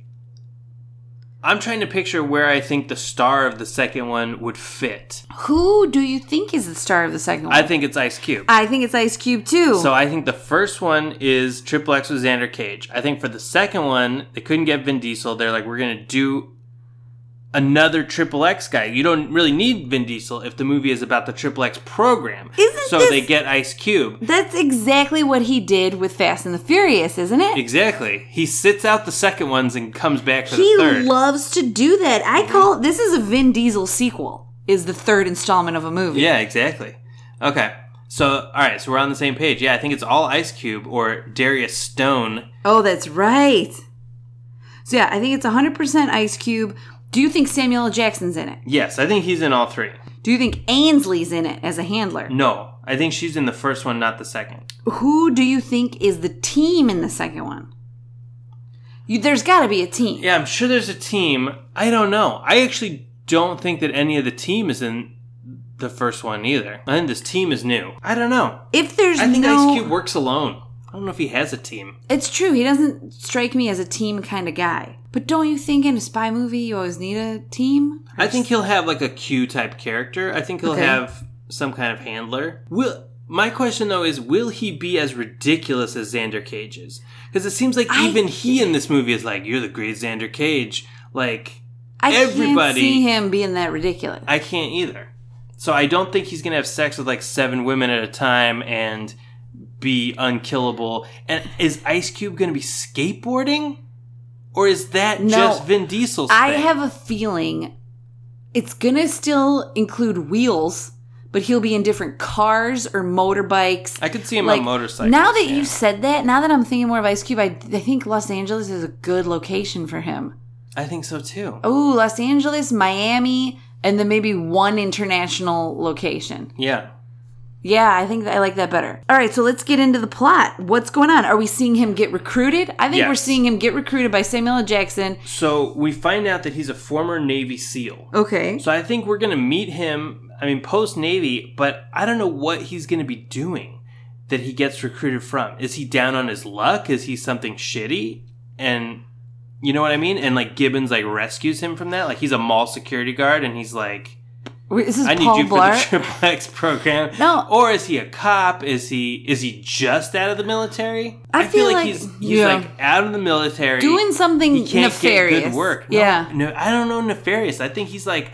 [SPEAKER 2] I'm trying to picture where I think the star of the second one would fit.
[SPEAKER 1] Who do you think is the star of the second one?
[SPEAKER 2] I think it's Ice Cube.
[SPEAKER 1] I think it's Ice Cube too.
[SPEAKER 2] So I think the first one is Triple X with Xander Cage. I think for the second one, they couldn't get Vin Diesel. They're like, we're gonna do another Triple X guy. You don't really need Vin Diesel if the movie is about the Triple X program.
[SPEAKER 1] Isn't
[SPEAKER 2] so
[SPEAKER 1] this-
[SPEAKER 2] they get Ice Cube.
[SPEAKER 1] that's exactly what he did with Fast and the Furious, isn't it?
[SPEAKER 2] Exactly. He sits out the second ones and comes back for
[SPEAKER 1] He
[SPEAKER 2] the third. Mm-hmm.
[SPEAKER 1] loves to do that. I call this is a Vin Diesel sequel. Is the third installment of a movie.
[SPEAKER 2] Yeah, exactly. Okay. So, all right, so we're on the same page. Yeah, I think it's all Ice Cube or Darius Stone.
[SPEAKER 1] Oh, that's right. So yeah, I think it's 100% Ice Cube. Do you think Samuel L. Jackson's in it?
[SPEAKER 2] Yes, I think he's in all three.
[SPEAKER 1] Do you think Ainsley's in it as a handler?
[SPEAKER 2] No, I think she's in the first one, not the second.
[SPEAKER 1] Who do you think is the team in the second one? You, there's got to be a team.
[SPEAKER 2] Yeah, I'm sure there's a team. I don't know. I actually don't think that any of the team is in the first one either. I think this team is new. I don't know.
[SPEAKER 1] If there's
[SPEAKER 2] I think
[SPEAKER 1] no,
[SPEAKER 2] Ice Cube works alone. I don't know if he has a team.
[SPEAKER 1] It's true. He doesn't strike me as a team kind of guy. But don't you think in a spy movie you always need a team?
[SPEAKER 2] I think he'll have like a Q type character. I think he'll
[SPEAKER 1] Okay.
[SPEAKER 2] have some kind of handler. Will my question though is will he be as ridiculous as Xander Cage is? Because it seems like
[SPEAKER 1] I-
[SPEAKER 2] even he in this movie is like, You're the great Xander Cage. Like,
[SPEAKER 1] I can't
[SPEAKER 2] everybody-
[SPEAKER 1] see him being that ridiculous.
[SPEAKER 2] I can't either. So I don't think he's gonna have sex with like seven women at a time and be unkillable. And is Ice Cube gonna be skateboarding? Or is that
[SPEAKER 1] No.
[SPEAKER 2] just Vin Diesel's
[SPEAKER 1] I
[SPEAKER 2] thing?
[SPEAKER 1] have a feeling it's gonna still include wheels, but he'll be in different cars or motorbikes.
[SPEAKER 2] I could see him
[SPEAKER 1] like,
[SPEAKER 2] on motorcycles.
[SPEAKER 1] Now that
[SPEAKER 2] yeah.
[SPEAKER 1] you said that, now that I'm thinking more of Ice Cube, I, I think Los Angeles is a good location for him.
[SPEAKER 2] I think so too.
[SPEAKER 1] Oh, Los Angeles, Miami, and then maybe one international location.
[SPEAKER 2] Yeah.
[SPEAKER 1] Yeah, I think I like that better. All right, so let's get into the plot. What's going on? Are we seeing him get recruited? I think we're
[SPEAKER 2] Yes.
[SPEAKER 1] seeing him get recruited by Samuel L. Jackson.
[SPEAKER 2] So we find out that he's a former Navy SEAL.
[SPEAKER 1] Okay.
[SPEAKER 2] So I think we're going to meet him, I mean, post Navy, but I don't know what he's going to be doing that he gets recruited from. Is he down on his luck? Is he something shitty? And you know what I mean? And like Gibbons like rescues him from that. Like he's a mall security guard and he's like,
[SPEAKER 1] Wait, This is
[SPEAKER 2] I need
[SPEAKER 1] Paul
[SPEAKER 2] you
[SPEAKER 1] Blart.
[SPEAKER 2] for the triple X program.
[SPEAKER 1] No.
[SPEAKER 2] Or is he a cop? Is he is he just out of the military?
[SPEAKER 1] I feel like-
[SPEAKER 2] he's he's
[SPEAKER 1] yeah.
[SPEAKER 2] like out of the military
[SPEAKER 1] Doing something
[SPEAKER 2] he can't
[SPEAKER 1] nefarious.
[SPEAKER 2] get good work. No,
[SPEAKER 1] Yeah.
[SPEAKER 2] no, I don't know nefarious. I think he's like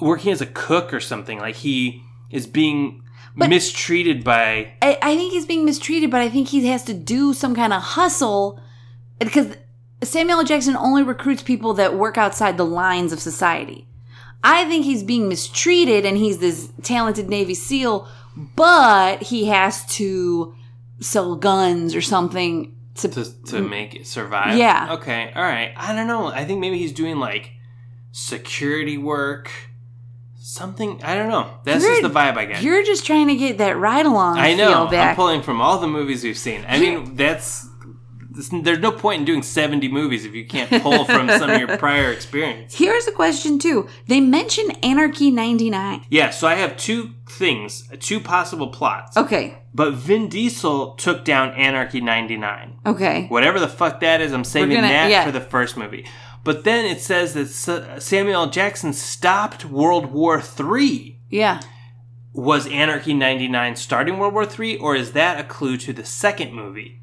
[SPEAKER 2] working as a cook or something. Like he is being
[SPEAKER 1] But-
[SPEAKER 2] mistreated by.
[SPEAKER 1] I, I think he's being mistreated, but I think he has to do some kind of hustle because Samuel L. Jackson only recruits people that work outside the lines of society. I think he's being mistreated and he's this talented Navy SEAL, but he has to sell guns or something to.
[SPEAKER 2] To, to make it survive.
[SPEAKER 1] Mm. Yeah.
[SPEAKER 2] Okay. All right. I don't know. I think maybe he's doing like security work, something. I don't know. That's
[SPEAKER 1] You're-
[SPEAKER 2] just the vibe I get.
[SPEAKER 1] you're just trying to get that ride along.
[SPEAKER 2] I know.
[SPEAKER 1] Feel back.
[SPEAKER 2] I'm pulling from all the movies we've seen. I mean, that's. this- There's no point in doing 70 movies if you can't pull from some of your prior experience.
[SPEAKER 1] Here's a question too. They mention Anarchy 99.
[SPEAKER 2] Yeah, so I have two things, two possible plots.
[SPEAKER 1] Okay.
[SPEAKER 2] But Vin Diesel took down Anarchy 99.
[SPEAKER 1] Okay.
[SPEAKER 2] Whatever the fuck that is, I'm saving
[SPEAKER 1] gonna-
[SPEAKER 2] that
[SPEAKER 1] yeah.
[SPEAKER 2] for the first movie. But then it says that Sa- Samuel L. Jackson stopped World War III.
[SPEAKER 1] Yeah.
[SPEAKER 2] Was Anarchy 99 starting World War III, or is that a clue to the second movie?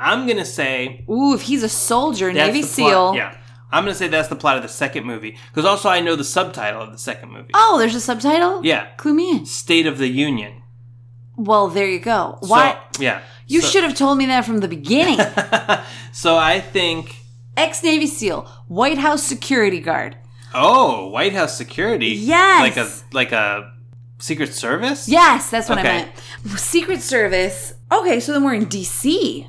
[SPEAKER 2] I'm going to say
[SPEAKER 1] Ooh, if he's a soldier,
[SPEAKER 2] that's
[SPEAKER 1] Navy
[SPEAKER 2] the
[SPEAKER 1] SEAL.
[SPEAKER 2] plot. Yeah. I'm going to say that's the plot of the second movie. Because also, I know the subtitle of the second movie.
[SPEAKER 1] Oh, there's a subtitle?
[SPEAKER 2] Yeah.
[SPEAKER 1] Clue me in.
[SPEAKER 2] State of the Union.
[SPEAKER 1] Well, there you go.
[SPEAKER 2] So-
[SPEAKER 1] Why?
[SPEAKER 2] yeah.
[SPEAKER 1] you
[SPEAKER 2] So-
[SPEAKER 1] should have told me that from the beginning.
[SPEAKER 2] so I think,
[SPEAKER 1] Ex Navy SEAL, White House security guard.
[SPEAKER 2] oh, White House security,
[SPEAKER 1] Yes.
[SPEAKER 2] like a like a Secret Service,
[SPEAKER 1] Yes, that's what I
[SPEAKER 2] Okay.
[SPEAKER 1] meant. Secret Service. Okay, so then we're in DC.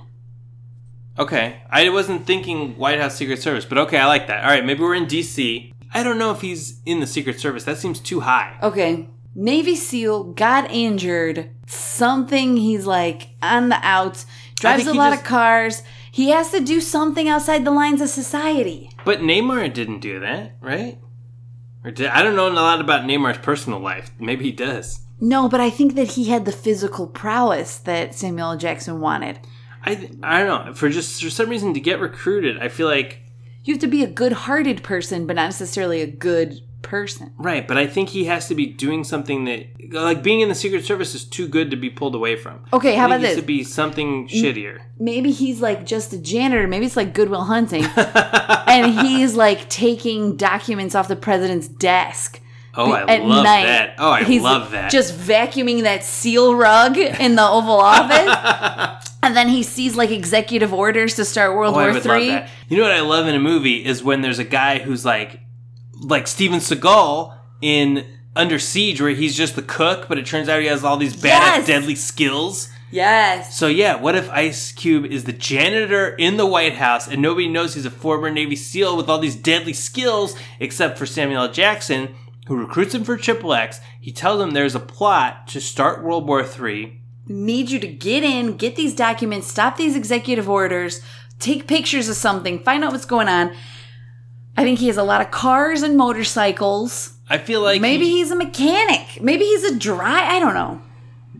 [SPEAKER 2] Okay, I wasn't thinking White House Secret Service, but okay, I like that. All right, maybe we're in D.C. I don't know if he's in the Secret Service. That seems too high.
[SPEAKER 1] Okay. Navy SEAL got injured. Something he's like on the outs, drives
[SPEAKER 2] think
[SPEAKER 1] a
[SPEAKER 2] he
[SPEAKER 1] lot
[SPEAKER 2] just-
[SPEAKER 1] of cars. He has to do something outside the lines of society.
[SPEAKER 2] But Neymar didn't do that, right? Or did, I don't know a lot about Neymar's personal life. Maybe he does.
[SPEAKER 1] No, but I think that he had the physical prowess that Samuel L. Jackson wanted.
[SPEAKER 2] I I don't know. For just for some reason to get recruited, I feel like
[SPEAKER 1] You have to be a good hearted person, but not necessarily a good person.
[SPEAKER 2] Right, but I think he has to be doing something that, like, being in the Secret Service is too good to be pulled away from.
[SPEAKER 1] Okay, how
[SPEAKER 2] I think
[SPEAKER 1] about
[SPEAKER 2] it
[SPEAKER 1] this?
[SPEAKER 2] To be something shittier.
[SPEAKER 1] Maybe he's like just a janitor. Maybe it's like Goodwill Hunting. and he's like taking documents off the president's desk.
[SPEAKER 2] Oh, I
[SPEAKER 1] at
[SPEAKER 2] love
[SPEAKER 1] night.
[SPEAKER 2] that. Oh, I
[SPEAKER 1] He's
[SPEAKER 2] love that.
[SPEAKER 1] Just vacuuming that seal rug in the Oval Office. and then he sees like executive orders to start World
[SPEAKER 2] oh, I
[SPEAKER 1] War
[SPEAKER 2] would
[SPEAKER 1] Three.
[SPEAKER 2] love that. You know what I love in a movie is when there's a guy who's like, like Steven Seagal in Under Siege, where he's just the cook, but it turns out he has all these badass,
[SPEAKER 1] Yes!
[SPEAKER 2] deadly skills.
[SPEAKER 1] Yes.
[SPEAKER 2] So yeah, what if Ice Cube is the janitor in the White House and nobody knows he's a former Navy SEAL with all these deadly skills except for Samuel L. Jackson, who recruits him for Triple X. He tells him there's a plot to start World War III.
[SPEAKER 1] need you to get in, get these documents, stop these executive orders, take pictures of something, find out what's going on. I think he has a lot of cars and motorcycles.
[SPEAKER 2] I feel like
[SPEAKER 1] Maybe
[SPEAKER 2] he-
[SPEAKER 1] he's a mechanic. Maybe he's a dry. I don't know.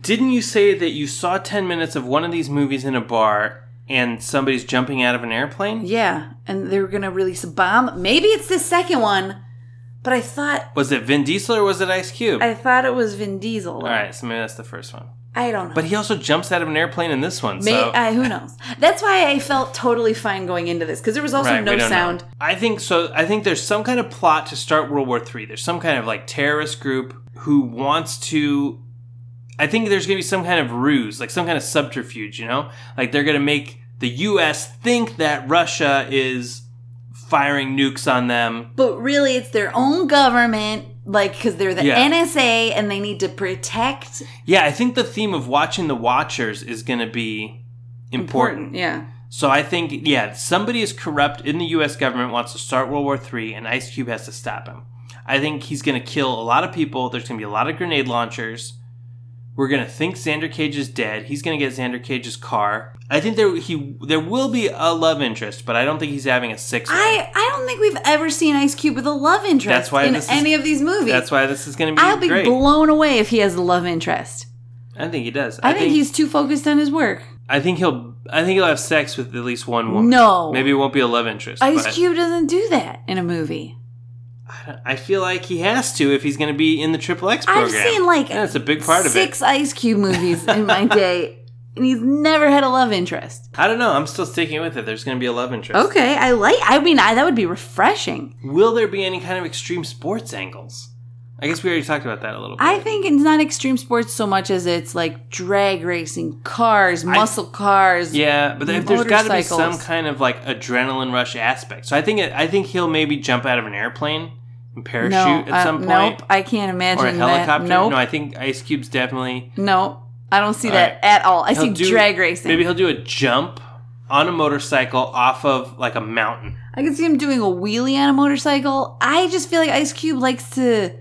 [SPEAKER 2] didn't you say that you saw ten minutes of one of these movies in a bar and somebody's jumping out of an airplane?
[SPEAKER 1] Yeah, and they were gonna release a bomb. Maybe it's the second one, but I thought
[SPEAKER 2] Was it Vin Diesel or was it Ice Cube?
[SPEAKER 1] I thought it was Vin Diesel.
[SPEAKER 2] all right, so maybe that's the first one.
[SPEAKER 1] I don't know.
[SPEAKER 2] But he also jumps out of an airplane in this one.
[SPEAKER 1] May, uh,
[SPEAKER 2] so.
[SPEAKER 1] I, who knows? That's why I felt totally fine going into this because there was also
[SPEAKER 2] Right, we
[SPEAKER 1] no
[SPEAKER 2] don't know.
[SPEAKER 1] sound.
[SPEAKER 2] I think so. I think there's some kind of plot to start World War III. There's some kind of like terrorist group who wants to. I think there's going to be some kind of ruse, like some kind of subterfuge. You know, like they're going to make the U.S. think that Russia is firing nukes on them.
[SPEAKER 1] But really, it's their own government Like, because they're the
[SPEAKER 2] Yeah.
[SPEAKER 1] NSA and they need to protect.
[SPEAKER 2] Yeah, I think the theme of watching the Watchers is going to be important.
[SPEAKER 1] Yeah.
[SPEAKER 2] So I think, yeah, somebody is corrupt in the U.S. government wants to start World War III, and Ice Cube has to stop him. I think he's going to kill a lot of people. There's going to be a lot of grenade launchers. We're going to think Xander Cage is dead. He's going to get Xander Cage's car. I think there he there will be a love interest, but I don't think he's having a six.
[SPEAKER 1] I, I don't think we've ever seen Ice Cube with a love interest
[SPEAKER 2] That's why
[SPEAKER 1] in
[SPEAKER 2] this is-
[SPEAKER 1] any of these movies.
[SPEAKER 2] That's why this is going to be
[SPEAKER 1] I'll be
[SPEAKER 2] great.
[SPEAKER 1] blown away if he has a love interest.
[SPEAKER 2] I think he does.
[SPEAKER 1] I, think, he's too focused on his work.
[SPEAKER 2] I think he'll. I think he'll have sex with at least one woman.
[SPEAKER 1] No.
[SPEAKER 2] maybe it won't be a love interest.
[SPEAKER 1] Ice
[SPEAKER 2] but
[SPEAKER 1] Cube doesn't do that in a movie.
[SPEAKER 2] I feel like he has to if he's going to be in the Triple X program.
[SPEAKER 1] I've seen like
[SPEAKER 2] Yeah, it's a big part of it.
[SPEAKER 1] six Ice Cube movies in my day, and he's never had a love interest.
[SPEAKER 2] I don't know. I'm still sticking with it. There's going to be a love interest.
[SPEAKER 1] Okay, I like. I mean, I, that would be refreshing.
[SPEAKER 2] Will there be any kind of extreme sports angles? I guess we already talked about that a little bit.
[SPEAKER 1] I think it's not extreme sports so much as it's like drag racing, cars, muscle cars.
[SPEAKER 2] Yeah, but if there's got to be some
[SPEAKER 1] Motorcycles.
[SPEAKER 2] kind of like adrenaline rush aspect. So I think it, I think he'll maybe jump out of an airplane and parachute
[SPEAKER 1] no,
[SPEAKER 2] at
[SPEAKER 1] uh,
[SPEAKER 2] some point,
[SPEAKER 1] nope. I can't imagine
[SPEAKER 2] or a helicopter.
[SPEAKER 1] that. Nope,
[SPEAKER 2] No, I think Ice Cube's definitely.
[SPEAKER 1] nope. I don't see
[SPEAKER 2] All
[SPEAKER 1] that
[SPEAKER 2] right.
[SPEAKER 1] at all. I see
[SPEAKER 2] he'll do-
[SPEAKER 1] drag racing.
[SPEAKER 2] Maybe he'll do a jump on a motorcycle off of like a mountain.
[SPEAKER 1] I can see him doing a wheelie on a motorcycle. I just feel like Ice Cube likes to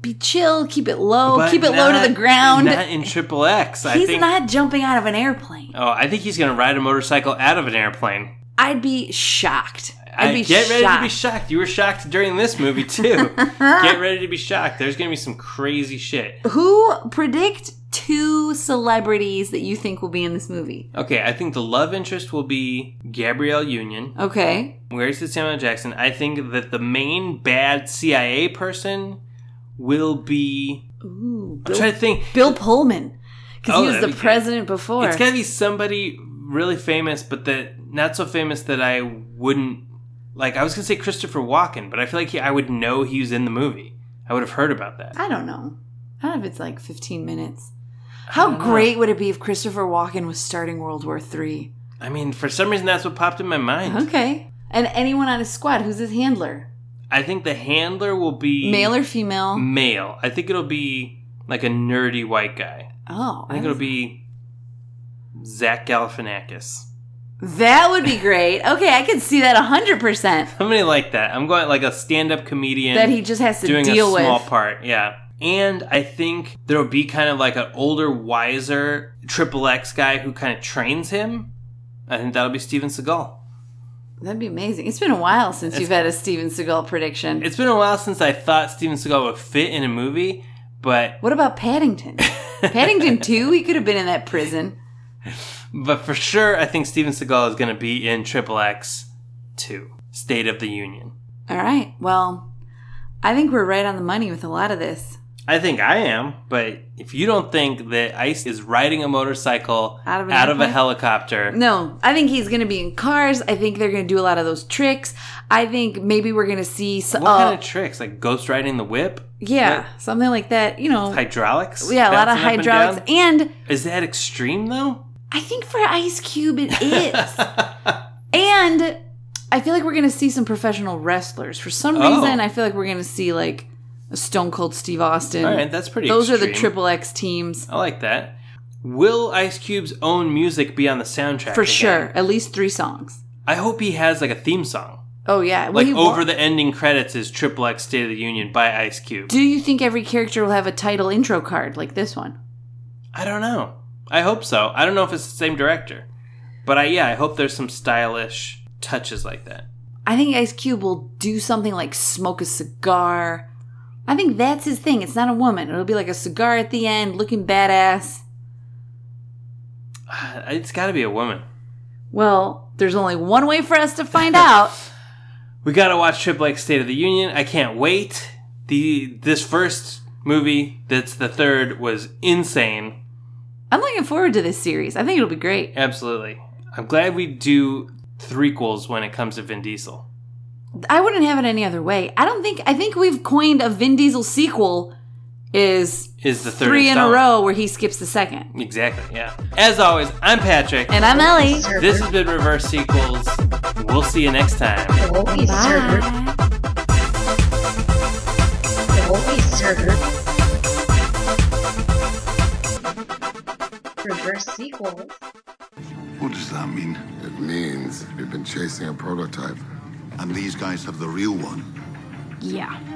[SPEAKER 1] be chill, keep it low,
[SPEAKER 2] But
[SPEAKER 1] Oh, keep it low
[SPEAKER 2] not-
[SPEAKER 1] to the ground.
[SPEAKER 2] Not in Triple X. I
[SPEAKER 1] He's
[SPEAKER 2] think.
[SPEAKER 1] not jumping out of an airplane.
[SPEAKER 2] oh, I think he's gonna ride a motorcycle out of an airplane.
[SPEAKER 1] I'd be shocked. I'd
[SPEAKER 2] I-
[SPEAKER 1] be
[SPEAKER 2] get
[SPEAKER 1] shocked.
[SPEAKER 2] ready to be shocked. You were shocked during this movie too. get ready to be shocked. There's gonna be some crazy shit.
[SPEAKER 1] Who predict two celebrities that you think will be in this movie?
[SPEAKER 2] Okay, I think the love interest will be Gabrielle Union.
[SPEAKER 1] Okay.
[SPEAKER 2] Where's the Samuel Jackson? I think that the main bad CIA person will be.
[SPEAKER 1] Ooh,
[SPEAKER 2] I'm
[SPEAKER 1] Bill,
[SPEAKER 2] trying to think.
[SPEAKER 1] Bill Pullman. Because
[SPEAKER 2] Oh,
[SPEAKER 1] he was
[SPEAKER 2] that'd
[SPEAKER 1] the
[SPEAKER 2] be good.
[SPEAKER 1] president before.
[SPEAKER 2] It's gotta be somebody really famous, but that not so famous that I wouldn't like. I was gonna say Christopher Walken, but I feel like he, I would know he was in the movie. I would have heard about that.
[SPEAKER 1] I don't know. I don't know if it's like 15 minutes.
[SPEAKER 2] I
[SPEAKER 1] How
[SPEAKER 2] don't know.
[SPEAKER 1] great would it be if Christopher Walken was starting World War III?
[SPEAKER 2] I mean, for some reason, that's what popped in my mind.
[SPEAKER 1] Okay. And anyone on his squad, who's his handler?
[SPEAKER 2] I think the handler will be
[SPEAKER 1] Male or
[SPEAKER 2] Mm.
[SPEAKER 1] female?
[SPEAKER 2] Male. I think it'll be like a nerdy white guy.
[SPEAKER 1] Oh,
[SPEAKER 2] I think it'll be Zach Galifianakis.
[SPEAKER 1] that would be great. Okay, I could see that 100%.
[SPEAKER 2] Somebody like that. I'm going like a stand-up comedian
[SPEAKER 1] that he just has to
[SPEAKER 2] doing
[SPEAKER 1] deal
[SPEAKER 2] a small
[SPEAKER 1] with.
[SPEAKER 2] part. Yeah. And I think there'll be kind of like an older, wiser Triple X guy who kind of trains him. I think that'll be Steven Seagal.
[SPEAKER 1] That'd be amazing. It's been a while since you've had a Steven Seagal prediction.
[SPEAKER 2] It's been a while since I thought Steven Seagal would fit in a movie, but
[SPEAKER 1] What about Paddington? Paddington 2, he could have been in that prison.
[SPEAKER 2] but for sure, I think Steven Seagal is going to be in Triple X 2, State of the Union.
[SPEAKER 1] All right. Well, I think we're right on the money with a lot of this.
[SPEAKER 2] I think I am, but if you don't think that Ice is riding a motorcycle
[SPEAKER 1] Out of an
[SPEAKER 2] a
[SPEAKER 1] airplane?
[SPEAKER 2] helicopter,
[SPEAKER 1] No, I think he's going to be in cars. I think they're going to do a lot of those tricks. I think maybe we're going to see some.
[SPEAKER 2] what kind of tricks? Like ghost riding the whip?
[SPEAKER 1] yeah, something like that. You know,
[SPEAKER 2] hydraulics.
[SPEAKER 1] yeah, a lot of
[SPEAKER 2] Bouncing up and
[SPEAKER 1] hydraulics.
[SPEAKER 2] down?
[SPEAKER 1] And,
[SPEAKER 2] Is that extreme though?
[SPEAKER 1] I think for Ice Cube, it is. and I feel like we're going to see some professional wrestlers. For some
[SPEAKER 2] Oh.
[SPEAKER 1] reason, I feel like we're going to see like a Stone Cold Steve Austin.
[SPEAKER 2] All right, that's pretty.
[SPEAKER 1] those are the
[SPEAKER 2] extreme.
[SPEAKER 1] triple X teams.
[SPEAKER 2] I like that. Will Ice Cube's own music be on the soundtrack?
[SPEAKER 1] For
[SPEAKER 2] again?
[SPEAKER 1] sure, at least three songs.
[SPEAKER 2] I hope he has like a theme song,
[SPEAKER 1] Oh yeah, Well,
[SPEAKER 2] like
[SPEAKER 1] he wa-
[SPEAKER 2] over the ending credits is Triple X State of the Union by Ice Cube.
[SPEAKER 1] Do you think every character will have a title intro card like this one?
[SPEAKER 2] I don't know. I hope so. I don't know if it's the same director, but I yeah, I hope there's some stylish touches like that.
[SPEAKER 1] I think Ice Cube will do something like smoke a cigar. I think that's his thing. It's not a woman. It'll be like a cigar at the end, looking badass.
[SPEAKER 2] It's got to be a woman.
[SPEAKER 1] Well, there's only one way for us to find out.
[SPEAKER 2] We gotta watch Triple X State of the Union. I can't wait. The this first movie, that's the third, was insane.
[SPEAKER 1] I'm looking forward to this series. I think it'll be great.
[SPEAKER 2] Absolutely. I'm glad we do threequels when it comes to Vin Diesel.
[SPEAKER 1] I wouldn't have it any other way. I don't think. I think we've coined a Vin Diesel sequel is
[SPEAKER 2] Is the third
[SPEAKER 1] three in a
[SPEAKER 2] installment.
[SPEAKER 1] row where he skips the second.
[SPEAKER 2] Exactly. Yeah. As always, I'm Patrick.
[SPEAKER 1] And I'm Ellie.
[SPEAKER 2] this has been Reverse Sequels. We'll see you next time.
[SPEAKER 3] It won't be served.
[SPEAKER 1] Bye.
[SPEAKER 3] It won't equals
[SPEAKER 4] What does that mean?
[SPEAKER 5] It means we've been chasing a prototype.
[SPEAKER 4] And these guys have the real one.
[SPEAKER 6] Yeah.